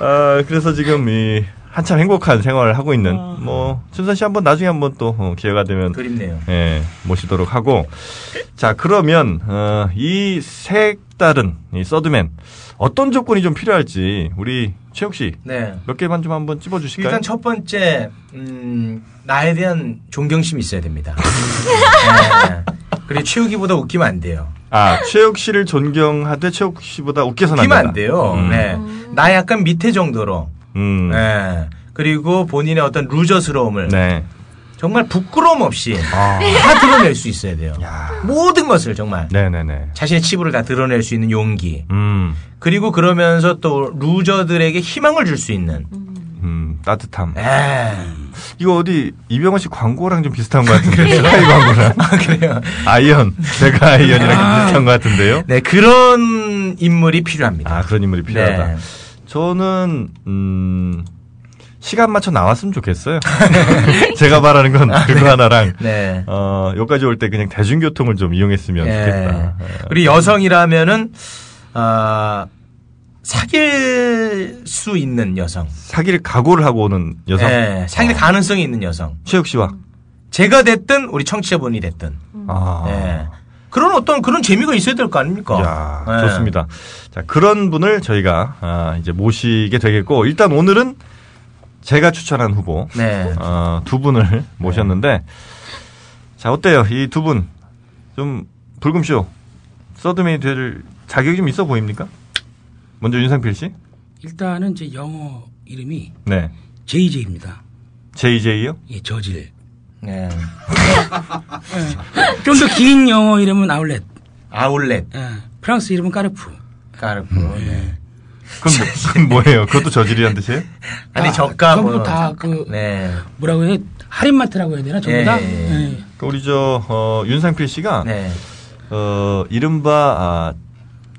S5: 아, 그래서 지금 이 한참 행복한 생활을 하고 있는 뭐 춘선 씨 한번 나중에 한번 또 어, 기회가 되면
S7: 아. 그립네요.
S5: 예, 모시도록 하고 자 그러면 어, 이 색다른 이 서드맨 어떤 조건이 좀 필요할지 우리 최욱 씨 몇
S7: 네.
S5: 개만 좀 한번 찝어주실까요?
S7: 일단 첫 번째 음, 나에 대한 존경심이 있어야 됩니다. 네. 그리고 최우기보다 웃기면 안 돼요.
S5: 아 최욱 씨를 존경하되 최욱 씨보다 웃겨서는
S7: 웃기면 안
S5: 된다.
S7: 돼요.
S5: 음.
S7: 네. 나 약간 밑에 정도로.
S5: 음.
S7: 네. 그리고 본인의 어떤 루저스러움을
S5: 네. 아.
S7: 정말 부끄러움 없이 다 드러낼 수 있어야 돼요. 모든 것을 정말
S5: 네네네.
S7: 자신의 치부를 다 드러낼 수 있는 용기.
S5: 음,
S7: 그리고 그러면서 또 루저들에게 희망을 줄 수 있는. 네.
S5: 음, 따뜻함.
S7: 에
S5: 이거 어디 이병헌 씨 광고랑 좀 비슷한 것
S7: 네.
S5: 같은데 스카이 광고랑
S7: 아, 그래요.
S5: 아이언 제가 아이언이랑 좀
S7: 아.
S5: 비슷한 것 같은데요.
S7: 네, 그런 인물이 필요합니다.
S5: 아 그런 인물이 필요하다.
S7: 네.
S5: 저는 음 시간 맞춰 나왔으면 좋겠어요. 제가 바라는 건 그거 하나랑
S7: 아, 네.
S5: 어 여기까지 올 때 그냥 대중교통을 좀 이용했으면
S7: 예.
S5: 좋겠다. 예.
S7: 우리 여성이라면은 아 사귈 수 있는 여성,
S5: 사기를 각오를 하고 오는 여성 어.
S7: 예, 사귈 가능성이 있는 여성.
S5: 최욱 씨와
S7: 제가 됐든 우리 청취자분이 됐든,
S5: 아.
S7: 예. 그런 어떤 그런 재미가 있어야 될 거 아닙니까?
S5: 야,
S7: 예.
S5: 좋습니다. 자, 그런 분을 저희가 아, 이제 모시게 되겠고 일단 오늘은 제가 추천한 후보
S7: 네.
S5: 어, 두 분을 모셨는데 자 어때요 이 두 분 좀 불금쇼 서드메이 될 자격이 좀 있어 보입니까? 먼저 윤상필 씨,
S9: 일단은 제 영어 이름이
S5: 네
S9: JJ입니다.
S5: JJ요.
S9: 예, 저질.
S7: 네.
S9: 좀 더 긴 영어 이름은 아울렛.
S7: 아울렛 네.
S9: 예, 프랑스 이름은 까르푸.
S7: 까르프.
S5: 음. 그건, 뭐, 예요 그것도 저질이란 뜻이에요?
S7: 아니
S9: 다,
S7: 저가
S9: 전부
S7: 뭐-
S9: 다 그-
S7: 네.
S9: 뭐라고 해? 할인마트라고 해야 되나? 전부
S7: 예,
S9: 다?
S7: 예, 예.
S9: 예.
S5: 그 우리 저 어,
S9: 그
S5: 윤상필 씨가
S7: 네.
S5: 어, 이른바 아,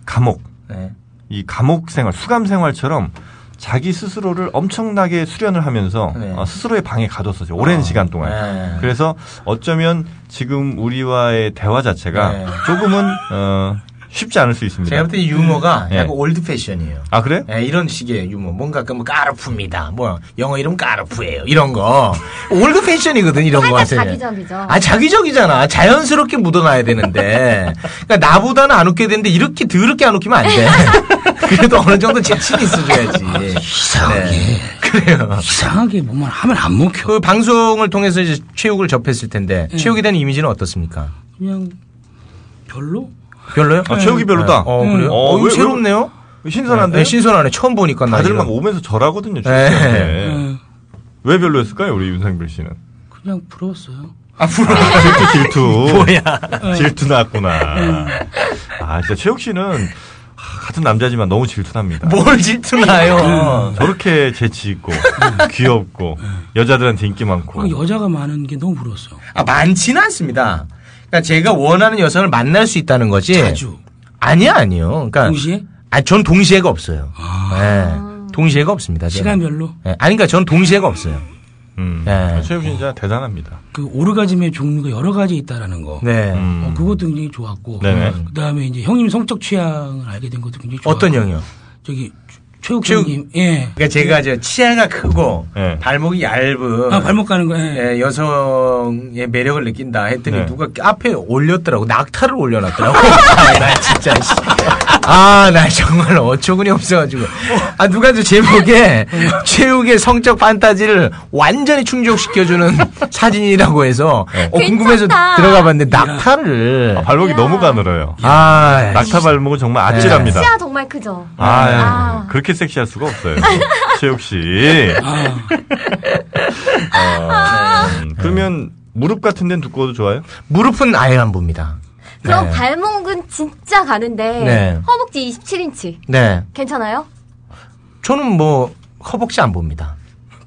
S5: 감옥
S7: 네.
S5: 이 감옥 생활, 수감 생활처럼 자기 스스로를 엄청나게 수련을 하면서
S7: 네.
S5: 어, 스스로의 방에 가뒀었죠. 오랜
S7: 아,
S5: 시간 동안.
S7: 네.
S5: 그래서 어쩌면 지금 우리와의 대화 자체가
S7: 네.
S5: 조금은 어, 쉽지 않을 수 있습니다.
S7: 제가 볼 때 유머가
S5: 네.
S7: 약간 올드 패션이에요.
S5: 아 그래?
S7: 예, 이런 식의 유머. 뭔가 아까 뭐 까르푸입니다. 뭐 영어 이름 까르푸예요. 이런 거. 올드 패션이거든 이런 거
S10: 살짝
S7: 같아요.
S10: 자기적이죠.
S7: 아 자기적이잖아. 자연스럽게 묻어놔야 되는데. 그러니까 나보다는 안 웃게 되는데 이렇게 더럽게 안 웃기면 안 돼. 그래도 어느 정도 재치는 있어줘야지.
S9: 아, 이상하게.
S7: 그래요.
S9: 이상하게 뭐만 하면 안 먹혀.
S7: 그 방송을 통해서 이제 체육을 접했을 텐데 체육에 대한 이미지는 어떻습니까?
S9: 네. 그냥 별로?
S7: 별로요?
S5: 아, 체육이 별로다.
S7: 어, 그래요?
S5: 음.
S7: 어,
S5: 어,
S7: 이거
S5: 왜-
S7: 새롭네요.
S5: 신선한데
S7: 네, 신선하네. 처음 보니까 나
S5: 다들
S7: 이거.
S5: 막 오면서
S7: 네.
S5: 절하거든요. 주식시장에.
S9: 예,
S5: 왜 별로였을까요, 우리 윤상필 씨는?
S9: 그냥 부러웠어요.
S5: 아, 질투 질투 뭐야? 질투 났구나. 아 진짜 최욱 씨는 하, 같은 남자지만 너무 질투납니다.
S7: 뭘 질투나요?
S5: 저렇게 재치 있고 귀엽고 여자들한테 인기 많고
S7: 어.
S9: 그 여자가 많은 게 너무 부러웠어요.
S7: 아, 많지는 않습니다. 그러니까 제가 원하는 여성을 만날 수 있다는 거지.
S9: 자주.
S7: 아니야, 예. 아니요. 그러니까
S9: 동시에? 아.
S7: 아, 전 동시에가 없어요. 예. 동시에가 없습니다. 저는.
S9: 시간별로
S7: 예. 아니, 그러니까 전 동시에가 없어요.
S5: 음.
S7: 네.
S5: 최욱 씨 진짜 대단합니다.
S9: 그 오르가즘의 종류가 여러 가지 있다라는 거.
S7: 네.
S5: 음.
S9: 어, 그것도 굉장히 좋았고.
S5: 네네.
S9: 그 다음에 이제 형님 성적 취향을 알게 된 것도 굉장히 좋았고.
S7: 어떤 형이요?
S9: 저기 최욱
S7: 최욱.
S9: 형님. 예.
S7: 그러니까 제가 저 치아가 크고
S5: 예.
S7: 발목이 얇은
S9: 네. 아, 발목 가는 거. 예.
S7: 예, 여성의 매력을 느낀다 했더니
S5: 네.
S7: 누가 앞에 올렸더라고 낙타를 올려놨더라고. 아, 나 진짜. 씨. 아, 나 정말 어처구니 없어가지고. 아, 누가 저 제목에 최욱의 성적 판타지를 완전히 충족시켜주는 사진이라고 해서 어, 궁금해서
S10: 괜찮다.
S7: 들어가봤는데 낙타를.
S5: 아, 발목이 너무 가늘어요.
S7: 아,
S5: 낙타 발목은 정말 아찔합니다.
S10: 치아 정말 크죠?
S5: 아,
S10: 아.
S5: 그렇게 섹시할 수가 없어요. 최욱 씨.
S9: 아,
S5: 음, 그러면 무릎 같은 데는 두꺼워도 좋아요?
S7: 무릎은 아예 안 봅니다.
S10: 그럼
S7: 네.
S10: 발목은 진짜 가는데
S7: 네.
S10: 허벅지 27인치
S7: 네,
S10: 괜찮아요?
S7: 저는 뭐 허벅지 안 봅니다.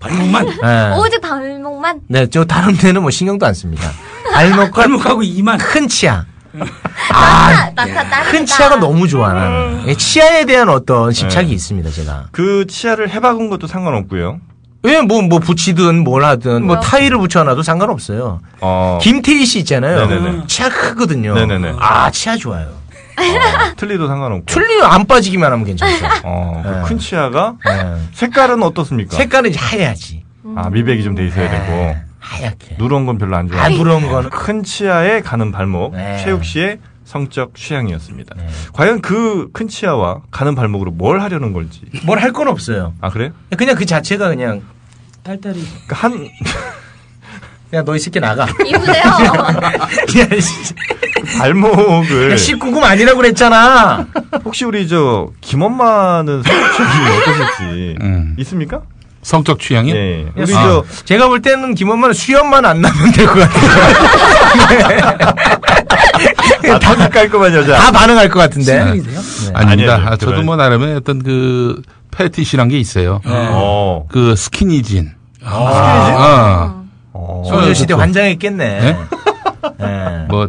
S9: 발목만
S7: 네.
S10: 오직 발목만?
S7: 네, 저 다른 데는 뭐 신경도 안 씁니다. 발목과
S9: 발목하고 이만.
S7: 큰 치아. 아,
S10: 낙타 따
S7: 큰 치아가 너무 좋아. 나는. 예, 치아에 대한 어떤 집착이
S5: 네.
S7: 있습니다, 제가.
S5: 그 치아를 해박은 것도 상관없고요.
S7: 왜 뭐, 뭐 붙이든 뭘 하든 뭐
S10: 뭐요?
S7: 타일을 붙여놔도 상관없어요.
S5: 어,
S7: 김태희 씨 있잖아요.
S5: 네네네.
S7: 치아 크거든요.
S5: 네네네.
S7: 아, 치아 좋아요.
S5: 어, 틀리도 상관없고.
S7: 틀리요. 안 빠지기만 하면 괜찮죠.
S5: 어, 그
S7: 네.
S5: 큰 치아가
S7: 예.
S5: 색깔은 어떻습니까?
S7: 색깔은 이제 하야지. 네.
S5: 아, 미백이 좀 돼 있어야 되고.
S7: 하얗게.
S5: 누런 건 별로 안 좋아요.
S7: 아, 누런 거는.
S5: 큰 치아에 가는 발목
S7: 네.
S5: 최욱 씨의 성적 취향이었습니다. 과연 그 큰 치아와 가는 발목으로 뭘 하려는 건지.
S7: 뭘 할 건 없어요.
S5: 아 그래요?
S7: 그냥 그 자체가 그냥,
S9: 딸딸이.
S5: 그러니까 한
S7: 그냥 너 이 새끼 나가.
S10: 이쁘세요.
S7: 야, 씨. 야,
S5: 발목을
S7: 19금 아니라고 그랬잖아.
S5: 혹시 우리 저 김엄마는 성적이 어떠실지
S11: 음.
S5: 있습니까?
S11: 성적 취향이? 요
S5: 예. 우리
S11: 아.
S5: 저
S7: 제가 볼 때는 김엄마는 수염만 안 나면 될 것 같아요.
S5: 아, 다 깔끔한 여자.
S7: 다 반응할 것 같은데. 네.
S9: 싱글이세요?
S11: 아닙니다.
S5: 아니에요,
S11: 아, 저도
S5: 그건-
S11: 뭐 나름의 어떤 그 패티시란 게 있어요.
S5: 어.
S11: 그 스키니진.
S9: 아,
S11: 아,
S5: 어.
S7: 어, 소녀시대 환장에 그렇죠. 있겠네.
S11: 네?
S7: 예.
S11: 뭐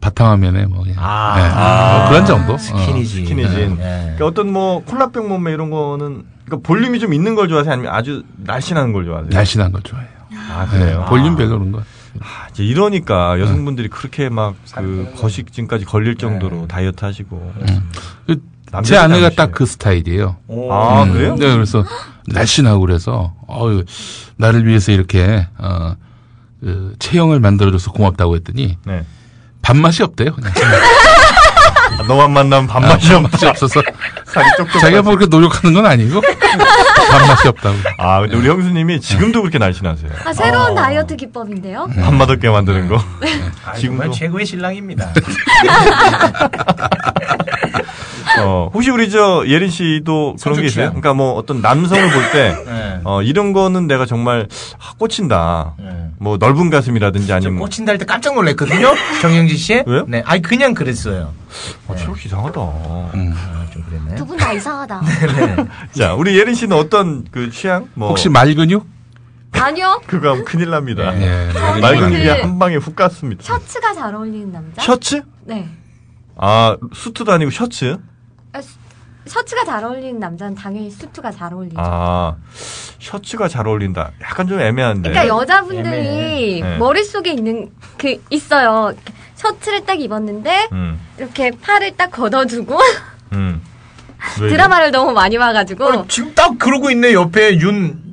S11: 바탕화면에 뭐 그냥.
S7: 아.
S11: 예.
S7: 아.
S11: 뭐 그런 정도. 어.
S7: 스키니진.
S5: 스키니진.
S7: 예.
S5: 그러니까 어떤 뭐 콜라병 몸매 이런 거는 그러니까 볼륨이 좀 있는 걸 좋아하세요? 아니면 아주 날씬한 걸 좋아하세요?
S11: 어. 날씬한 걸 좋아해요.
S5: 아,
S11: 예,
S5: 그래요.
S11: 볼륨별로 음. 그런 거.
S5: 아, 이제 이러니까 여성분들이 그렇게 막 그 거식증까지 걸릴 정도로 다이어트 하시고.
S11: 그
S5: 남자들
S11: 제 아내가
S5: 남자들.
S11: 딱 그 스타일이에요.
S5: 아,
S11: 음,
S5: 그래요?
S11: 네, 그래서 날씬하고 그래서 어유 나를 위해서 이렇게 어, 그 체형을 만들어줘서 고맙다고 했더니
S5: 네.
S11: 밥맛이 없대요. 그냥
S5: 아, 너만 만나면 밥맛이 없다.
S11: 밥맛이 없어서
S5: 살이 쪽쪽.
S11: 아, 자기가 뭐 그렇게 노력하는 건 아니고 밥맛이 없다고.
S5: 아, 근데 우리 형수님이 지금도 그렇게 날씬하세요.
S11: 음.
S10: 아, 새로운 다이어트 기법인데요?
S5: 밥맛 없게 만드는 거.
S11: 네.
S7: 아,
S5: 지금도.
S7: 정말 최고의 신랑입니다.
S5: 어, 혹시 우리 저 예린 씨도 그런 게 있어요?
S7: 성적이요?
S5: 그러니까 뭐 어떤 남성을 볼 때,
S7: 예.
S5: 어, 이런 거는 내가 정말 아, 꽂힌다.
S7: 예.
S5: 뭐 넓은 가슴이라든지
S7: 좀
S5: 아니면.
S7: 꽂힌다 할 때 깜짝 놀랐거든요. 정영진 씨.
S5: 왜요?
S7: 네. 아니 그냥 그랬어요.
S5: 어, 체력 이상하다.
S7: 아, 좀 그랬네.
S10: 두 분 다 이상하다.
S7: 네,
S5: 자, 우리 예린 씨는 어떤 그 취향? 뭐.
S11: 혹시 말 근육?
S10: 아니요.
S5: 그거 하면 큰일 납니다.
S11: 예.
S10: 저는
S5: 맑은
S10: 그
S5: 기한 방에 훅 갔습니다.
S10: 셔츠가 잘 어울리는 남자?
S5: 셔츠?
S10: 네.
S5: 아, 수트도 아니고 셔츠?
S10: 아, 수- 셔츠가 잘 어울리는 남자는 당연히 수트가 잘 어울리죠.
S5: 아, 셔츠가 잘 어울린다. 약간 좀 애매한데.
S10: 그러니까 여자분들이
S5: 네. 애매해. 네.
S10: 머릿속에 있는 그 있어요. 셔츠를 딱 입었는데
S5: 음,
S10: 이렇게 팔을 딱 걷어주고
S5: 음. 왜
S10: 드라마를 너무 많이 봐가지고
S7: 어, 지금 딱 그러고 있네 옆에 윤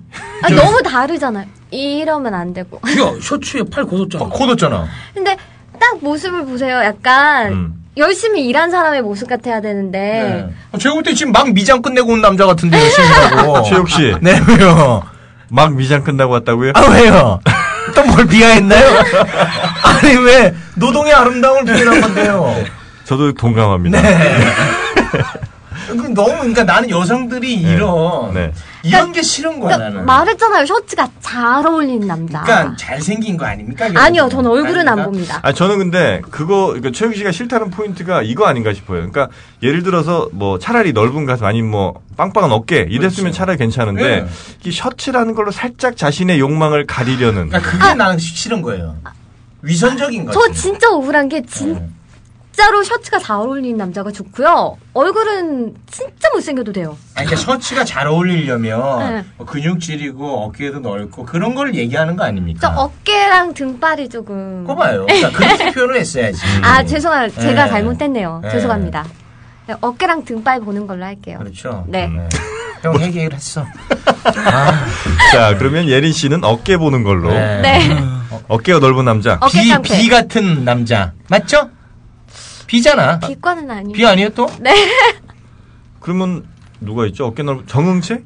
S10: 아, 너무 다르잖아요. 이러면 안 되고.
S9: 야, 셔츠에 팔 고졌잖아.
S7: 코뒀잖아.
S10: 근데 딱 모습을 보세요. 약간
S5: 음.
S10: 열심히 일한 사람의 모습 같아야
S5: 네.
S10: 되는데
S7: 어, 제가 볼때 지금 막 미장 끝내고 온 남자 같은데 열심히
S5: 이래?
S7: 하고.
S5: 최욱 씨,
S7: 네 왜요?
S5: 막 미장 끝나고 왔다고요?
S7: 아 왜요? 또 뭘 비하했나요? 아니 왜 노동의 아름다움을 비하한 건데요? 네.
S5: 저도 동감합니다.
S7: 그럼 너무 그러니까 나는 여성들이 이런
S5: 네.
S7: 이런 게 싫은 거야
S10: 그러니까
S7: 나는.
S10: 말했잖아요. 셔츠가 잘 어울리는 남자.
S7: 그러니까 잘생긴 거 아닙니까?
S10: 아니요,
S7: 여러분?
S10: 전 얼굴은 안
S7: 아닙니까?
S10: 봅니다.
S5: 아 저는 근데 그거 그러니까 최욱 씨가 싫다는 포인트가 이거 아닌가 싶어요. 그러니까 예를 들어서 뭐 차라리 넓은 가슴 아니면 뭐 빵빵한 어깨 이랬으면
S7: 그렇죠.
S5: 차라리 괜찮은데
S7: 네.
S5: 이 셔츠라는 걸로 살짝 자신의 욕망을 가리려는
S7: 그러니까 그게 나는 싫은 거예요. 위선적인 거지.
S10: 아. 저 진짜 억울한 게 진짜로 셔츠가 잘 어울리는 남자가 좋고요. 얼굴은 진짜 못생겨도 돼요.
S7: 아니, 그러니까 셔츠가 잘 어울리려면
S10: 네.
S7: 뭐 근육질이고 어깨도 넓고 그런 걸 얘기하는 거
S10: 저
S7: 아닙니까?
S10: 어깨랑 등발이 조금.
S7: 꼽아요. 그러니까 그렇게 표현을 했어야지.
S10: 아, 죄송해요. 제가
S7: 네.
S10: 잘못했네요.
S7: 네.
S10: 죄송합니다. 네, 어깨랑 등발 보는 걸로 할게요.
S7: 그렇죠.
S10: 네.
S7: 형 해결했어.
S5: 자 그러면 예린 씨는 어깨 보는 걸로
S10: 네.
S5: 어깨가 넓은 남자
S10: 어깨
S7: 비,
S10: 깡패.
S7: 비 같은 남자. 맞죠? 비잖아.
S10: 비과는 네. 아니에요.
S7: 비 아니에요 또?
S5: 그러면 누가 있죠 어깨 넓은 정응채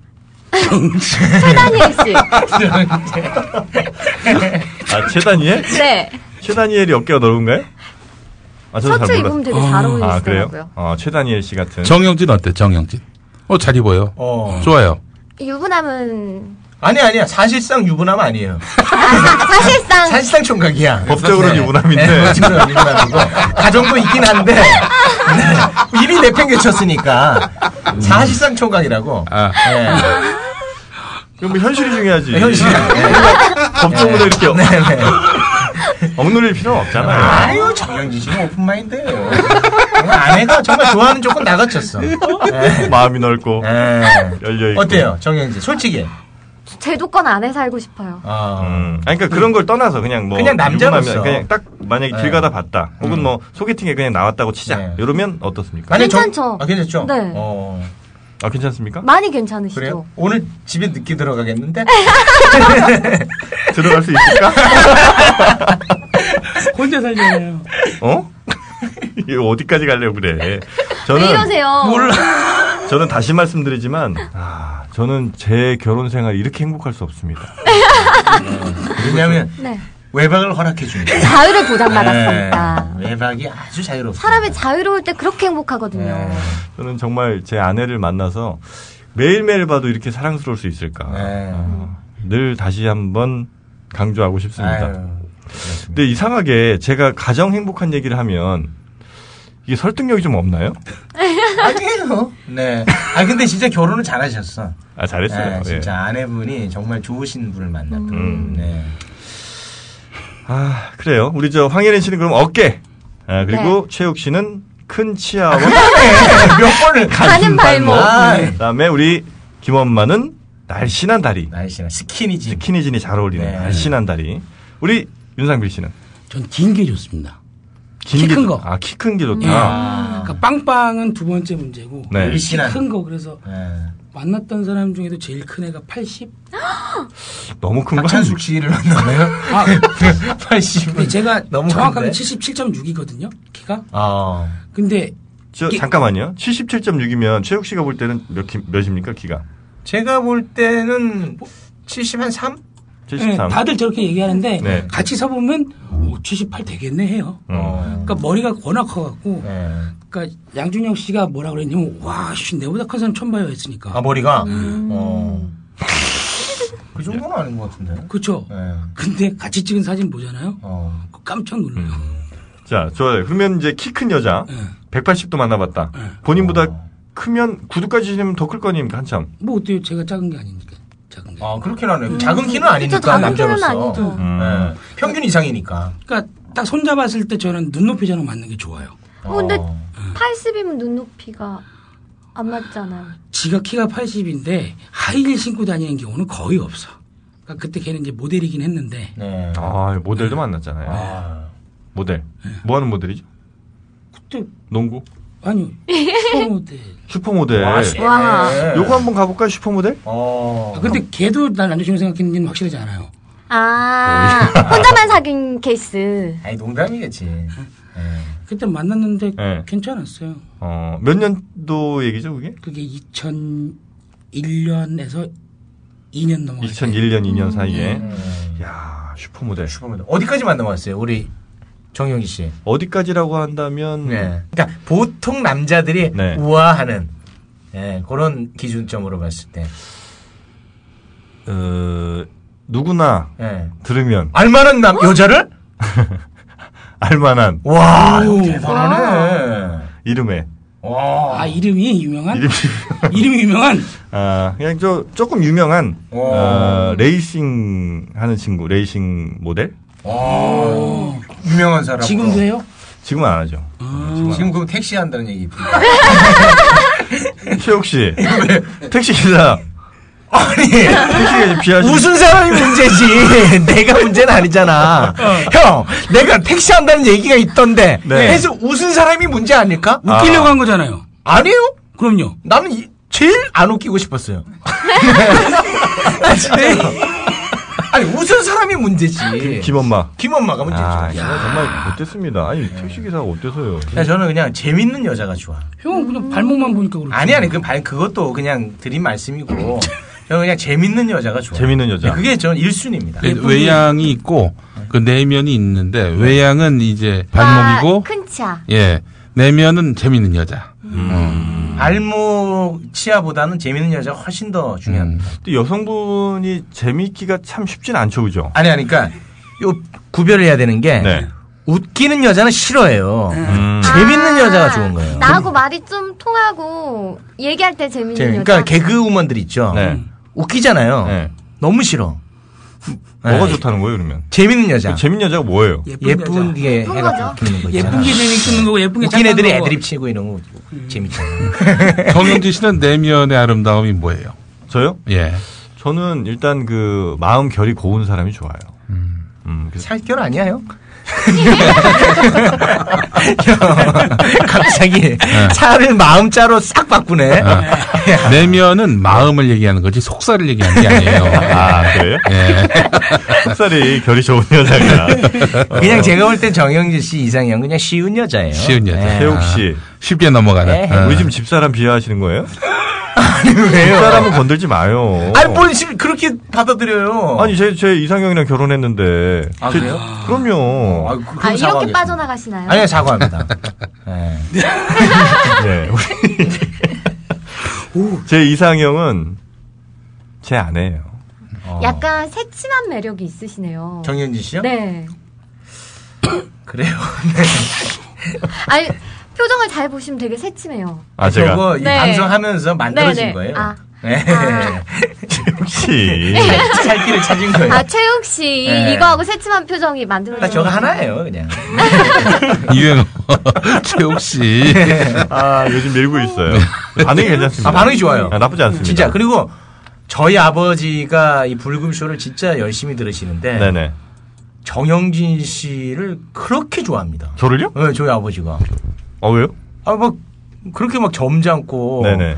S10: 최다니엘 씨.
S5: 아 최다니엘
S10: 네.
S5: 아, 최다니엘이 어깨가 넓은가요? 아 저도
S10: 셔츠
S5: 잘
S10: 입으면
S5: 몰랐어요.
S10: 되게 잘
S5: 아 그래요?
S10: 어울리시더라고요.
S5: 어 최다니엘 씨 같은
S11: 정영진 어때? 정영진. 어 잘 입어요.
S7: 어.
S11: 좋아요.
S10: 유부남은
S7: 아니 아니야. 사실상 유부남 아니에요.
S10: 아, 사실상
S7: 사실상 총각이야.
S5: 법적으로는
S7: 네.
S5: 유부남인데.
S7: 네, 법적으로는 유부남이고 가정도 있긴 한데 네. 이미 내팽개쳤으니까 사실상 총각이라고.
S11: 아.
S7: 네.
S5: 그럼 뭐 현실이 중요하지
S7: 현실. 네.
S5: 법적으로 이렇게 억-
S7: 네, 네.
S5: 억눌릴 필요는 없잖아요
S7: 아유 정영진 씨는 오픈마인드예요. 정말 아내가 정말 좋아하는 조건 나가쳤어. 네.
S5: 마음이 넓고 열려 있고
S7: 어때요 정영진? 솔직히.
S10: 제도권 안에 살고 싶어요.
S7: 어.
S5: 음. 아니, 그러니까 그런 걸 떠나서 그냥 뭐
S7: 그냥 남자로서.
S5: 유부남이면 그냥 딱 만약에
S7: 네.
S5: 길 가다 봤다 혹은 뭐 소개팅에 그냥 나왔다고 치자
S7: 네.
S5: 이러면 어떻습니까?
S7: 만약에 정-
S10: 괜찮죠?
S7: 아, 괜찮죠?
S10: 네.
S7: 어.
S5: 아 괜찮습니까?
S10: 많이 괜찮으시죠?
S7: 그래요? 오늘 집에 늦게 들어가겠는데?
S5: 들어갈 수 있을까?
S9: 혼자 살잖아요.
S5: 어? 이거 어디까지 가려고 그래? 저는
S10: 왜 이러세요?
S5: 저는 다시 말씀드리지만 아 저는 제 결혼 생활 이렇게 행복할 수 없습니다.
S7: 왜냐면
S10: 네.
S7: 외박을 허락해 줍니다.
S10: 자유를 보장받았으니까.
S7: 네, 외박이 아주 자유롭습니다. 네.
S10: 사람이 자유로울 때 그렇게 행복하거든요.
S5: 저는 정말 제 아내를 만나서 매일매일 봐도 이렇게 사랑스러울 수 있을까?
S7: 네.
S5: 아, 늘 다시 한번 강조하고 싶습니다.
S7: 네, 아유,
S5: 근데 이상하게 제가 가장 행복한 얘기를 하면 이게 설득력이 좀 없나요?
S7: 아니에요. 네. 아 근데 진짜 결혼을 잘하셨어.
S5: 아 잘했어요.
S7: 네, 진짜 아내분이 정말 좋으신 분을 만났던.
S5: 음.
S7: 네.
S5: 아 그래요. 우리 저 황예린 씨는 그럼 어깨. 아 그리고 최욱 씨는 큰 치아와
S7: 몇 번을
S10: 가는 발목.
S5: 아,
S7: 네.
S5: 그다음에 우리 김엄마는 날씬한 다리.
S7: 날씨나 스키니지.
S5: 스키니진이 잘 어울리는
S7: 네.
S5: 날씬한 다리. 우리 윤상필 씨는
S9: 전 긴 게 좋습니다.
S5: 긴
S9: 키큰
S5: 게-
S9: 거.
S5: 아 키 큰 게 좋다.
S7: 아,
S9: 그러니까 빵빵은 두 번째 문제고
S5: 네.
S7: 일신한. 네.
S9: 큰 거 그래서 만났던 사람 중에도 제일 큰 애가 80.
S5: 너무 큰 거 아니에요?
S7: 박찬숙 씨를 만나네요.
S9: 아,
S7: 80.
S9: 근데 제가
S7: 너무
S9: 정확하게
S7: 큰데?
S9: 77.6이거든요. 키가.
S7: 아.
S9: 근데
S5: 저
S9: 키-
S5: 잠깐만요. 77.6이면 최욱 씨가 볼 때는 몇 키, 몇입니까 키가?
S7: 제가 볼 때는 70한 3?
S5: 73.
S9: 예, 다들 저렇게 얘기하는데
S5: 네.
S9: 같이 서 보면 78 되겠네
S7: 음.
S9: 해요.
S5: 어.
S9: 그러니까 머리가 워낙 커갖고
S7: 네.
S9: 그러니까 양준영 씨가 뭐라 그랬냐면 와, 씨 내보다 큰 사람 처음 봐요 했으니까.
S5: 뭐,
S7: 아 머리가. 어. 그 정도는 아닌 것 같은데.
S9: 그렇죠.
S7: 네.
S9: 근데 같이 찍은 사진 보잖아요.
S7: 어.
S9: 그거 깜짝 놀라요.
S11: 음.
S5: 자, 좋아요. 그러면 이제 키 큰 여자 180도 만나봤다. 본인보다 크면 구두까지 신으면 더 클 거니까 한참.
S9: 뭐 어때요? 제가 작은 게 아니니까. 작은 게.
S7: 아 그렇긴 하네. 작은 키는 아니니까
S10: 작은
S7: 남자로서.
S10: 키는 아니죠.
S5: 음.
S7: 네. 평균 이상이니까.
S9: 그러니까 딱 손잡았을 때 저는 눈높이 저랑 맞는 게 좋아요.
S10: 어, 근데
S7: 어.
S10: 80이면 눈높이가 안 맞잖아요.
S9: 지가 키가 80인데 하이힐 신고 다니는 경우는 거의 없어. 그러니까 그때 걔는 이제 모델이긴 했는데
S7: 네.
S5: 아, 모델도 만났잖아요.
S7: 아.
S5: 모델. 뭐 하는 모델이죠?
S9: 그때
S5: 농구.
S9: 아니요 슈퍼 모델.
S5: 슈퍼모델.
S7: 와, 쎄.
S10: 와.
S5: 요거 한번 가볼까요, 슈퍼모델?
S7: 아. 예. 어.
S9: 아, 근데 걔도 난 남자친구 생각했는지는 확실하지 않아요.
S10: 아, 혼자만 사귄 케이스.
S7: 아니 농담이겠지. 네.
S9: 그때 만났는데
S5: 네.
S9: 괜찮았어요.
S5: 어, 몇 년도 얘기죠, 그게?
S9: 그게 2001년에서 2년 넘어갔어요.
S5: 2001년, 2년 사이에.
S7: 뭐, 음.
S5: 야 슈퍼모델.
S7: 슈퍼맨 어디까지 만나봤어요, 우리 정영기 씨?
S5: 어디까지라고 한다면
S7: 네. 그러니까 보통 남자들이
S5: 음. 네.
S7: 우아하는 예, 그런 기준점으로 봤을 때.
S5: 어, 누구나
S7: 예.
S5: 들으면
S7: 알만한 남 여자를?
S5: 알만한
S7: 와, 대단하네.
S5: 이름에
S7: 와.
S9: 아 이름이 유명한
S5: 이름이
S7: 네.
S9: 이름이 유명한
S5: 아, 그냥 저 조금 유명한
S7: 오.
S5: 아, 레이싱 하는 친구, 레이싱 모델?
S7: 와. 유명한 사람. 어.
S9: 지금도 해요?
S5: 지금은 안 하죠.
S7: 그 지금 그럼 택시 한다는 얘기.
S5: 최욱 씨, 택시 기사,
S7: 아니.
S5: 택시 비하시.
S7: 웃은 사람이 문제지. 내가 문제는 아니잖아. 형, 내가 택시 한다는 얘기가 있던데.
S5: 네.
S7: 그래서 웃은 사람이 문제 아닐까?
S9: 웃기려고 한 거잖아요.
S7: 아니에요.
S9: 그럼요.
S7: 나는 이- 제일 안 웃기고 싶었어요. 아, 진짜요? 아니, 웃은 사람이 문제지.
S5: 김엄마.
S7: 김엄마가 문제지.
S5: 아, 이거 정말 못됐습니다. 아니 택시 기사가 어때서요?
S7: 야, 저는 그냥 재밌는 여자가 좋아.
S9: 형은 그냥 발목만 보니까 그렇죠.
S7: 아니, 아니, 그, 발- 그것도 그냥 드린 말씀이고. 저는 그냥 재밌는 여자가 좋아.
S5: 재밌는 여자. 네,
S7: 네,
S5: 음.
S7: 그게 전 1순위입니다.
S11: 그러니까 외양이 있고 그 내면이 있는데 외양은 이제 발목이고
S10: 아, 큰 차.
S11: 예 내면은 재밌는 여자.
S7: 알모 치아보다는 재밌는 여자가 훨씬 더 중요합니다.
S5: 근데 여성분이 재미있기가 참 쉽진 않죠, 그죠?
S7: 아니, 아니, 그러니까 요 구별을 해야 되는 게
S5: 네.
S7: 웃기는 여자는 싫어해요.
S5: 음.
S7: 재밌는
S10: 아,
S7: 여자가 좋은 거예요.
S10: 나하고 말이 좀 통하고 얘기할 때 재밌는
S7: 재밌-
S10: 여자.
S7: 그러니까 개그우먼들 있죠.
S5: 네.
S7: 웃기잖아요.
S5: 네.
S7: 너무 싫어.
S5: 뭐가
S7: 네. 아.
S5: 좋다는 거예요, 그러면?
S7: 재밌는 여자.
S5: 재밌는 여자가 뭐예요?
S7: 예쁜
S9: 여자.
S7: 게
S10: 예쁜
S7: 해가 웃기는 거
S9: 예쁜
S7: 있잖아.
S9: 게 재미 있는 거고 예쁜 게
S7: 웃긴
S9: 착한
S7: 애들이
S9: 거고.
S7: 애드립 치고 이런 거 재밌잖아.
S11: 음. 정영진 씨는 내면의 아름다움이 뭐예요?
S5: 저요?
S9: 네.
S11: 예.
S5: 저는 일단 그 마음 결이 고운 사람이 좋아요. 음, 그래서
S7: 살결 아니야 형? 형, 갑자기 차를 마음자로 싹 네. 바꾸네.
S11: 아, 내면은 마음을 얘기하는 거지 속살을 얘기하는 게 아니에요.
S5: 아, 그래요?
S11: 예.
S7: 네.
S5: 속살이 결이 좋은 여자가.
S7: 그냥 제가 볼 땐 정영진 씨 이상형 그냥 쉬운 여자예요.
S11: 쉬운 여자.
S7: 예.
S5: 태욱 씨.
S11: 쉽게 넘어가는.
S7: 예.
S11: 어.
S5: 우리 집 집사람 비하하시는 거예요?
S7: 왜요?
S5: 집사람은 건들지 마요.
S7: 아니 뭘 지금 그렇게 어. 받아들여요?
S5: 아니, 제, 제 이상형이랑 결혼했는데.
S7: 아,
S5: 제-
S7: 그래요?
S5: 그럼요.
S7: 그- 그럼
S10: 아, 이렇게
S7: 사과하겠습니다.
S10: 빠져나가시나요?
S7: 아니요 사과합니다. 예.
S5: 네. 우리- 제 이상형은 제 아내예요.
S7: 어.
S10: 약간 새침한 매력이 있으시네요.
S7: 정영진 씨요?
S10: 네.
S7: 아, 그래요.
S10: 아니 표정을 잘 보시면 되게 새침해요.
S5: 아, 제가.
S7: 그거 이
S10: 네.
S7: 방송하면서 만들어진
S10: 네네.
S7: 거예요.
S10: 아.
S7: 네.
S5: 혹시.
S7: 살 길을 찾은 거예요.
S10: 아, 최욱 씨
S7: 네.
S10: 이거하고 새침한 표정이 만들어진
S7: 나 저거
S10: 거예요.
S7: 하나예요, 그냥.
S11: 이유영 최욱 씨.
S5: 아, 요즘 밀고 있어요. 반응이 괜찮습니다.
S7: 아, 반응이 좋아요.
S5: 아, 나쁘지 않습니다.
S7: 진짜 그리고 저희 아버지가 이 불금 쇼를 진짜 열심히 들으시는데
S5: 네네.
S7: 정영진 씨를 그렇게 좋아합니다.
S5: 저를요?
S7: 네, 저희 아버지가.
S5: 아, 왜요?
S7: 아 막 그렇게 막 점잖고
S5: 네네.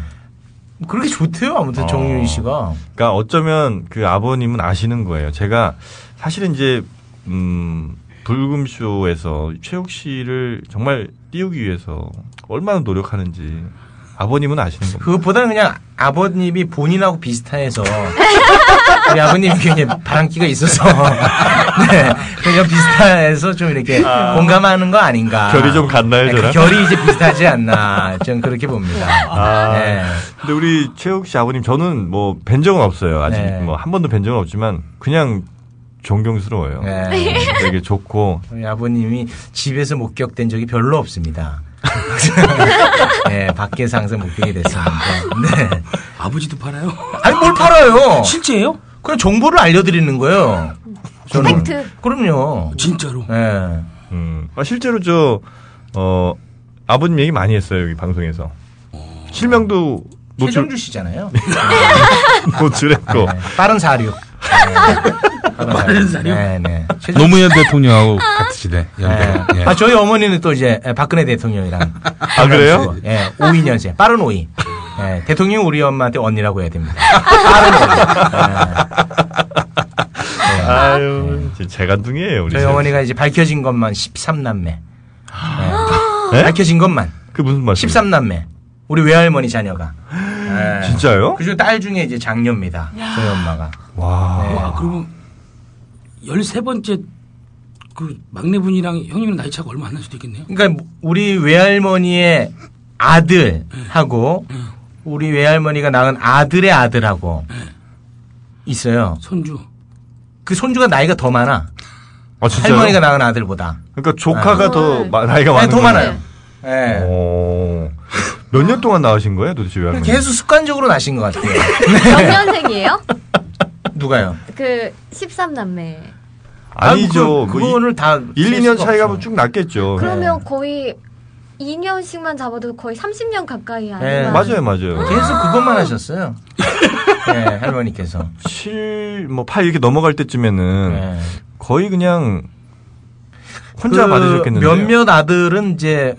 S7: 그렇게 좋대요. 아무튼
S5: 어.
S7: 정윤희 씨가
S5: 그러니까 어쩌면 그 아버님은 아시는 거예요. 제가 사실은 이제 음 불금쇼에서 최욱 씨를 정말 띄우기 위해서 얼마나 노력하는지 아버님은 아시는 겁니다.
S7: 그것보다는 그냥 아버님이 본인하고 비슷해서 우리 아버님이 그냥 바람기가 있어서 네, 그냥 비슷해서 좀 이렇게
S5: 아.
S7: 공감하는 거 아닌가.
S5: 결이 좀 같나요,
S7: 네,
S5: 저랑?
S7: 결이 이제 비슷하지 않나. 전 그렇게 봅니다.
S5: 아.
S7: 네.
S5: 근데 우리 최욱 씨 아버님 저는 뭐 뵌 적은 없어요. 아직
S7: 네.
S5: 뭐 한 번도 뵌 적은 없지만 그냥 존경스러워요. 음,
S7: 네.
S5: 되게 좋고
S7: 우리 아버님이 집에서 목격된 적이 별로 없습니다. 네, 밖에서 항상 목격이 됐었는데. 네.
S9: 아, 아버지도 팔아요?
S7: 아니, 뭘 팔아요?
S9: 실제예요?
S7: 그냥 정보를 알려드리는 거예요. 저는.
S10: 팩트.
S7: 그럼요.
S9: 진짜로.
S7: 네.
S5: 음. 아, 실제로 저, 어, 아버님 얘기 많이 했어요, 여기 방송에서. 실명도
S9: 뭐
S5: 노출,
S7: 최정주 씨잖아요. 네.
S5: 노출했고.
S7: 빠른 사류. 네.
S9: 빠른 사료?
S7: 네, 네. 최정주
S11: 노무현 대통령하고 같으시네. 연배.
S7: 네.
S11: 예.
S7: 아, 저희 어머니는 또 이제 박근혜 대통령이랑.
S5: 아, 그래요?
S7: 예, 오이년제. 빠른 오이. 예, 대통령 우리 엄마한테 언니라고 해야 됩니다. 빠른 오이. 예. 예.
S5: 아유, 진짜 재간둥이에요, 우리.
S7: 저희
S5: 세영
S7: 어머니가 이제 밝혀진 것만 13남매.
S5: 네?
S7: 예. 밝혀진 것만
S5: 씨. 그 무슨 말씀?
S7: 13남매. 우리 외할머니 자녀가. 예.
S5: 진짜요?
S7: 그중 딸 중에 이제 장녀입니다. 저희 엄마가.
S5: 와.
S9: 와, 그리고 13번째 그 막내분이랑 형님이랑 나이 차가 얼마 안 날 수도 있겠네요.
S7: 그러니까 우리 외할머니의 아들하고 우리 외할머니가 낳은 아들의 아들하고 있어요.
S9: 손주.
S7: 그 손주가 나이가 더 많아.
S5: 아, 진짜요?
S7: 할머니가 낳은 아들보다.
S5: 그러니까 조카가 더, 마- 나이가
S7: 네,
S5: 많은
S7: 더
S5: 거예요?
S7: 많아요. 예.
S5: 오. 몇 년 동안 나으신 거예요, 도대체 왜 할머니?
S7: 계속 습관적으로 나신 것 같아요. 네.
S10: 몇 년생이에요?
S7: 누가요?
S10: 그 13남매.
S5: 아니죠.
S7: 아, 그,
S5: 뭐
S7: 거를다
S5: 1,
S7: 셀
S5: 2년
S7: 수가
S5: 차이가 뭐
S7: 없어.
S5: 쭉 났겠죠.
S10: 네. 그러면 거의 2년씩만 잡아도 거의 30년 가까이 아닌가.
S7: 네.
S5: 맞아요, 맞아요.
S7: 계속 그것만 하셨어요. 예, 할머니께서.
S5: 7, 뭐, 8 이렇게 넘어갈 때쯤에는
S7: 예.
S5: 거의 그냥 혼자
S7: 그
S5: 받으셨겠는데.
S7: 몇몇 아들은 이제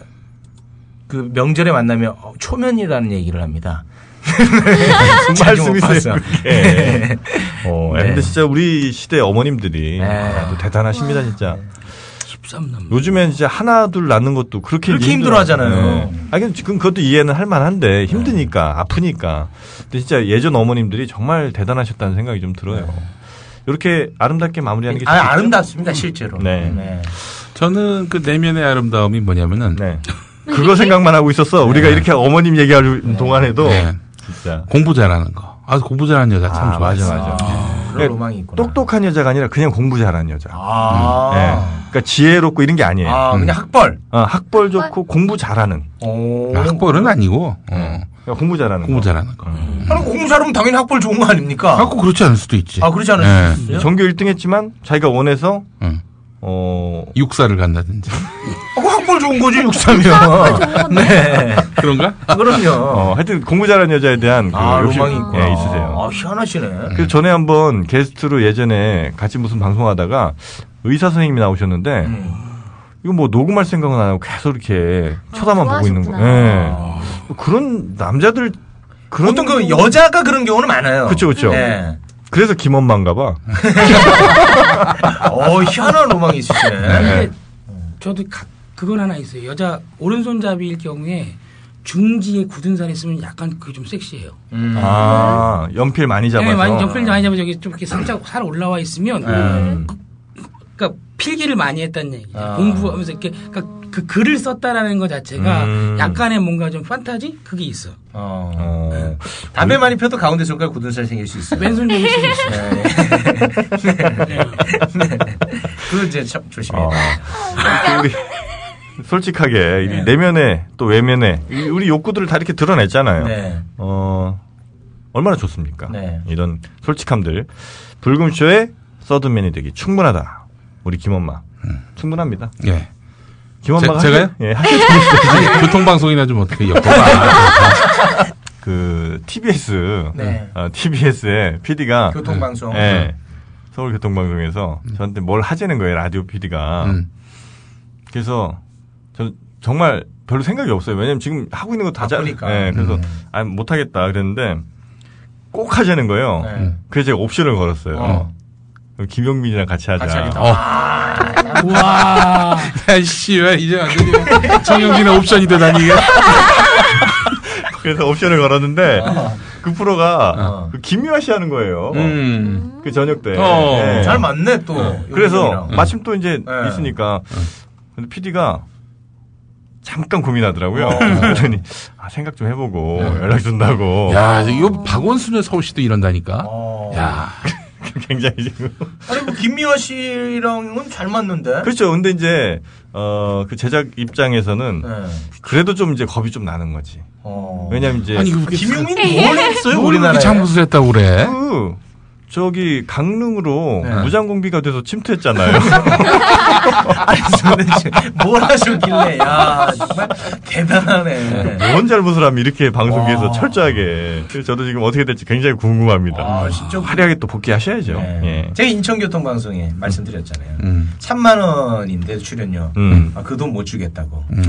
S7: 그 명절에 만나면 어, 초면이라는 얘기를 합니다.
S5: 무슨
S7: 자주 못
S5: 말씀이세요?
S7: 봤어요. 예.
S5: 그게. 어,
S7: 네.
S5: 근데 진짜 우리 시대 어머님들이
S7: 네.
S5: 아, 또 대단하십니다 진짜.
S9: 13남매.
S5: 요즘엔 진짜 하나 둘 낳는 것도 그렇게
S7: 그렇게 힘들어하잖아요.
S5: 아 근데 지금 그것도 이해는 할 만한데 힘드니까
S7: 네.
S5: 아프니까. 근데 진짜 예전 어머님들이 정말 대단하셨다는 생각이 좀 들어요. 이렇게 아름답게 마무리하는 게
S7: 네. 아,
S5: 좋겠죠?
S7: 아름답습니다, 실제로.
S5: 음. 네.
S11: 저는 그 내면의 아름다움이 뭐냐면은
S5: 네. 그거 생각만 하고 있었어. 우리가
S7: 네.
S5: 이렇게 어머님 얘기하는 동안에도
S11: 네.
S5: 진짜
S11: 공부 잘하는 거. 아 공부 잘하는 여자 참
S5: 아,
S11: 좋아하죠.
S5: 맞아, 맞아.
S7: 그런
S5: 그러니까
S7: 로망이 있구나.
S5: 똑똑한 여자가 아니라 그냥 공부 잘하는 여자. 예.
S7: 아.
S5: 그러니까 지혜롭고 이런 게 아니에요.
S7: 아, 그냥 학벌.
S5: 어, 학벌 좋고 공부 잘하는.
S7: 오.
S11: 학벌은 아니고 어,
S5: 그러니까 공부 잘하는.
S11: 공부
S5: 거. 음.
S11: 잘하는 거.
S7: 아니, 공부 잘하면 당연히 학벌 좋은 거 아닙니까?
S11: 갖고 그렇지 않을 수도 있지.
S7: 아, 그렇지 않을
S11: 예.
S7: 수 있어요?
S5: 전교 1등 했지만 자기가 원해서
S11: 응.
S5: 어
S11: 육사를 간다든지
S7: 아, 그 학벌 좋은 거지, 육삼이면. 네.
S11: 그런가?
S7: 그럼요.
S5: 어, 하여튼 공부 잘하는 여자에 대한 그
S7: 아,
S5: 욕심
S7: 로망이 있구나.
S5: 예, 있으세요.
S7: 아, 희한하시네.
S5: 그 전에 한번 게스트로 예전에 같이 무슨 방송하다가 의사 선생님이 나오셨는데
S7: 음.
S5: 이거 뭐 녹음할 생각은 안 하고 계속 이렇게 쳐다만 보고 있는 거. 예.
S7: 아.
S5: 그런 남자들 그런
S7: 보통 그 여자가 그런 경우는 많아요.
S5: 그쵸, 그쵸.
S7: 네.
S5: 그래서 김엄마인가 봐.
S7: 어, 희한한 로망이 있으시네.
S5: 네.
S9: 저도 가- 그건 하나 있어요. 여자 오른손잡이일 경우에 중지에 굳은 살이 있으면 약간 그게 좀 섹시해요.
S7: 음.
S5: 아, 연필 많이 잡아서.
S9: 네, 많이 연필 많이 잡아 저기 좀 이렇게 살짝 살 올라와 있으면
S5: 음.
S9: 그러니까 필기를 많이 했다는 얘기죠.
S7: 아.
S9: 공부하면서 이렇게 그러니까 그 글을 썼다라는 것 자체가
S5: 음.
S9: 약간의 뭔가 좀 판타지 그게 있어.
S7: 어.
S5: 어.
S7: 담배 많이 펴도 가운데 손가락 굳은 살 생길 수 있어요.
S9: 왼손잡이 수 있어.
S7: 네. 네. 그거 이제 참 조심해야
S5: 어.
S7: 돼.
S5: 우리 솔직하게 이
S7: 네.
S5: 내면에 또 외면에 이 우리 욕구들을 다 이렇게 드러냈잖아요.
S7: 네.
S5: 어 얼마나 좋습니까?
S7: 네.
S5: 이런 솔직함들 불금쇼의 서든맨이 되기 충분하다. 우리 김엄마 충분합니다.
S11: 예.
S5: 김엄마가
S11: 음. 제- 제가요?
S5: 하실- 예, 하실 수 있어요.
S11: 아니, 교통 방송이나 좀 어떻게 엮어
S5: 그 TBS 어,
S7: 네.
S5: TBS의 PD가
S7: 교통방송. 네.
S5: 예. 서울 교통방송에서 저한테 뭘 하자는 거예요 라디오 PD가
S11: 음.
S5: 그래서 저 정말 별로 생각이 없어요 왜냐면 지금 하고 있는 거다
S7: 바쁘니까. 음.
S5: 예, 그래서 아 못하겠다 그랬는데 꼭 하자는 거예요
S7: 네.
S5: 그래서 제가 옵션을 걸었어요
S7: 어.
S5: 그럼 김용민이랑 같이 하자
S7: 같이 하겠다.
S5: 어,
S11: 와. 야씨 왜 이제 완전히 정영진의 옵션이 되다니. 이게.
S5: 그래서 옵션을 걸었는데
S7: 어.
S5: 그 프로가 그 김유아 씨 하는 거예요
S11: 음.
S5: 그 저녁 때
S7: 어,
S5: 예.
S7: 잘 맞네 또.
S5: 그래서 음.
S7: 용민이랑.
S5: 마침 또 이제
S7: 네.
S5: 있으니까 근데 PD가 잠깐 고민하더라고요.
S7: 어.
S5: 그러더니 아, 생각 좀 해보고
S7: 네.
S5: 연락 준다고.
S11: 야, 이거 박원순의 서울시도 이런다니까.
S7: 어.
S11: 야.
S5: 굉장히 지금
S7: 아니 뭐 김미화 씨랑은 잘 맞는데.
S5: 그렇죠. 근데 이제 어, 그 제작 입장에서는
S7: 네. 어.
S5: 그래도 좀 이제 겁이 좀 나는 거지. 왜냐면 이제
S11: 어. 아니, 그게
S7: 예. 김용민 뭘 했어요
S11: 뭘
S7: 우리나라에? 어.
S11: 그렇게 장부수를 했다고 그래.
S5: 그 저기 강릉으로
S11: 네.
S5: 무장공비가 돼서 침투했잖아요.
S7: 아니 도대체 뭘 하셨길래 야 정말 대단하네.
S5: 뭔 잘못을 하면 이렇게 방송국에서 철저하게. 그래서 저도 지금 어떻게 될지 굉장히 궁금합니다.
S7: 아, 진짜
S5: 화려하게 또 복귀하셔야죠.
S11: 네.
S5: 예.
S7: 네. 제가 인천교통방송에 말씀드렸잖아요.
S11: 음.
S7: 3만 원인데 출연료.
S5: 음.
S7: 아, 그 돈 못 주겠다고.
S11: 음.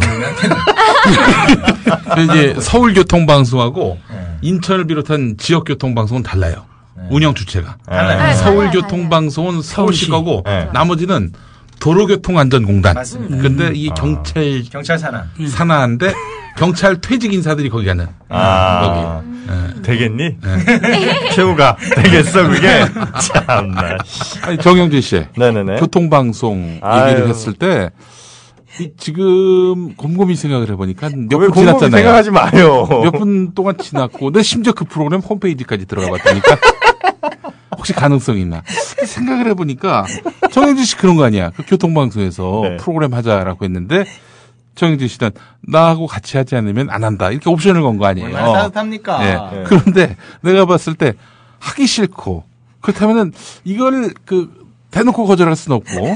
S11: 근데 이제 서울교통방송하고
S7: 네.
S11: 인천을 비롯한 지역교통방송은 달라요.
S7: 네.
S11: 운영 주체가.
S7: 달라요.
S10: 네.
S11: 서울교통방송은 서울시 거고
S5: 네.
S11: 나머지는 도로교통안전공단.
S7: 맞습니다. 음. 아.
S11: 근데 이 경찰
S7: 경찰 산하.
S11: 산하인데 경찰 퇴직 인사들이 거기 가는.
S5: 아,
S11: 거기. 네.
S5: 되겠니? 최우가 되겠어 그게 참나. 씨.
S11: 아니, 정영진 씨.
S5: 네네네.
S11: 교통방송
S5: 아유.
S11: 얘기를 했을 때, 이 지금 곰곰이 생각을 해보니까 몇
S5: 왜
S11: 분
S5: 곰곰이
S11: 지났잖아요.
S5: 생각하지 마요.
S11: 몇 분 동안 지났고, 근데 심지어 그 프로그램 홈페이지까지 들어가 봤다니까. 혹시 가능성이 있나? 생각을 해보니까, 정영진 씨 그런 거 아니야. 그 교통방송에서
S5: 네.
S11: 프로그램 하자라고 했는데, 정영진 씨는 나하고 같이 하지 않으면 안 한다. 이렇게 옵션을 건 거 아니에요.
S7: 얼마나 따뜻합니까?
S11: 네. 어. 예. 그런데 내가 봤을 때 하기 싫고 그렇다면은 이걸 그 대놓고 거절할 수는 없고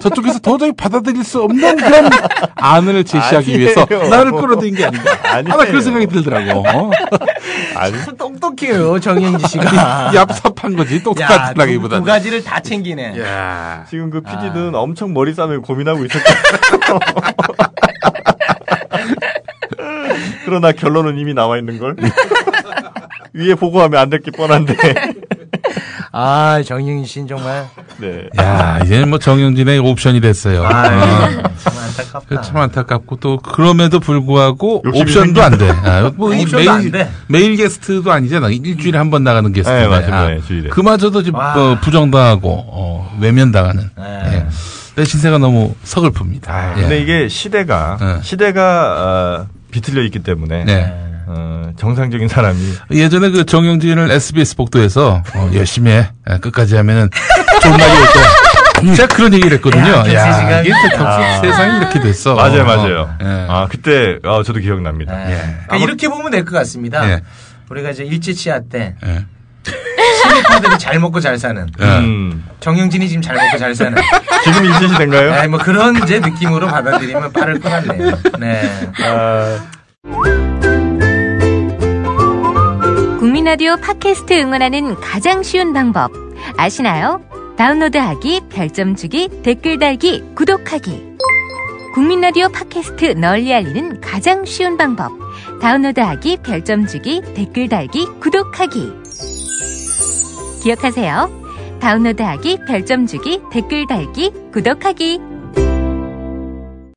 S11: 저쪽에서 도저히 받아들일 수 없는 그런 안을 제시하기
S5: 아니에요.
S11: 위해서 나를 끌어들인 게 아닌가.
S5: 아니에요.
S11: 하나 그런 생각이 들더라고. 어?
S5: 아니,
S7: 참 똑똑해요 정영지 씨가.
S11: 얍삽한 거지
S7: 야, 두, 두
S11: 똑똑하다기보다는. 예.
S7: 가지를 다 챙기네.
S11: 야.
S5: 지금 그 PD는 엄청 머리 싸매고 고민하고 있었겠어. 그러나 결론은 이미 나와 있는 걸. 위에 보고하면 안 될 게 뻔한데.
S7: 아 정영지 씨는 정말
S5: 네.
S11: 야, 이제는 뭐 정영진의 옵션이 됐어요.
S7: 아,
S11: 어.
S7: 정말 안타깝다.
S11: 그참 안타깝고 또 그럼에도 불구하고
S5: 아. 욕심이
S11: 옵션도 안 돼. 아, 뭐 이
S7: 옵션도 안
S11: 매일
S7: 돼.
S11: 매일 게스트도 아니잖아. 일주일에 한 번 나가는 게스트.
S5: 음. 네, 맞습니다. 예, 주일에.
S11: 그마저도 지금
S7: 와.
S11: 어, 부정당하고 어, 외면당하는.
S7: 네.
S11: 예. 내 신세가 너무 서글픕니다.
S5: 아,
S11: 예.
S5: 근데 이게 시대가
S11: 네.
S5: 시대가 어, 비틀려 있기 때문에
S11: 네.
S5: 어, 정상적인 사람이
S11: 예전에 그 정영진을 SBS 복도에서 어, 열심히 해. 예, 끝까지 하면은 좋은 날이 올 거야. 제가 그런 얘기를 했거든요.
S7: 야,
S11: 야,
S7: 김 씨가
S11: 이게
S7: 아.
S11: 세상이 이렇게 됐어.
S5: 맞아요,
S11: 어,
S5: 맞아요.
S11: 예.
S5: 아 그때 아, 저도 기억납니다.
S7: 네. 그러니까 이렇게 보면 될 것 같습니다.
S11: 예.
S7: 우리가 이제 일제치하 때
S11: 예.
S7: 시민파들이 잘 먹고 잘 사는
S11: 예.
S5: 음.
S7: 정영진이 지금 잘 먹고 잘 사는
S5: 지금 일제시 된가요?
S11: 예.
S7: 네, 뭐 그런 이제 느낌으로 받아들이면 빠를 것 같네요. 네.
S5: 아,
S3: 국민 라디오 팟캐스트 응원하는 가장 쉬운 방법 아시나요? 다운로드하기, 별점 주기, 댓글 달기, 구독하기. 국민 라디오 팟캐스트 널리 알리는 가장 쉬운 방법 다운로드하기, 별점 주기, 댓글 달기, 구독하기. 기억하세요. 다운로드하기, 별점 주기, 댓글 달기, 구독하기.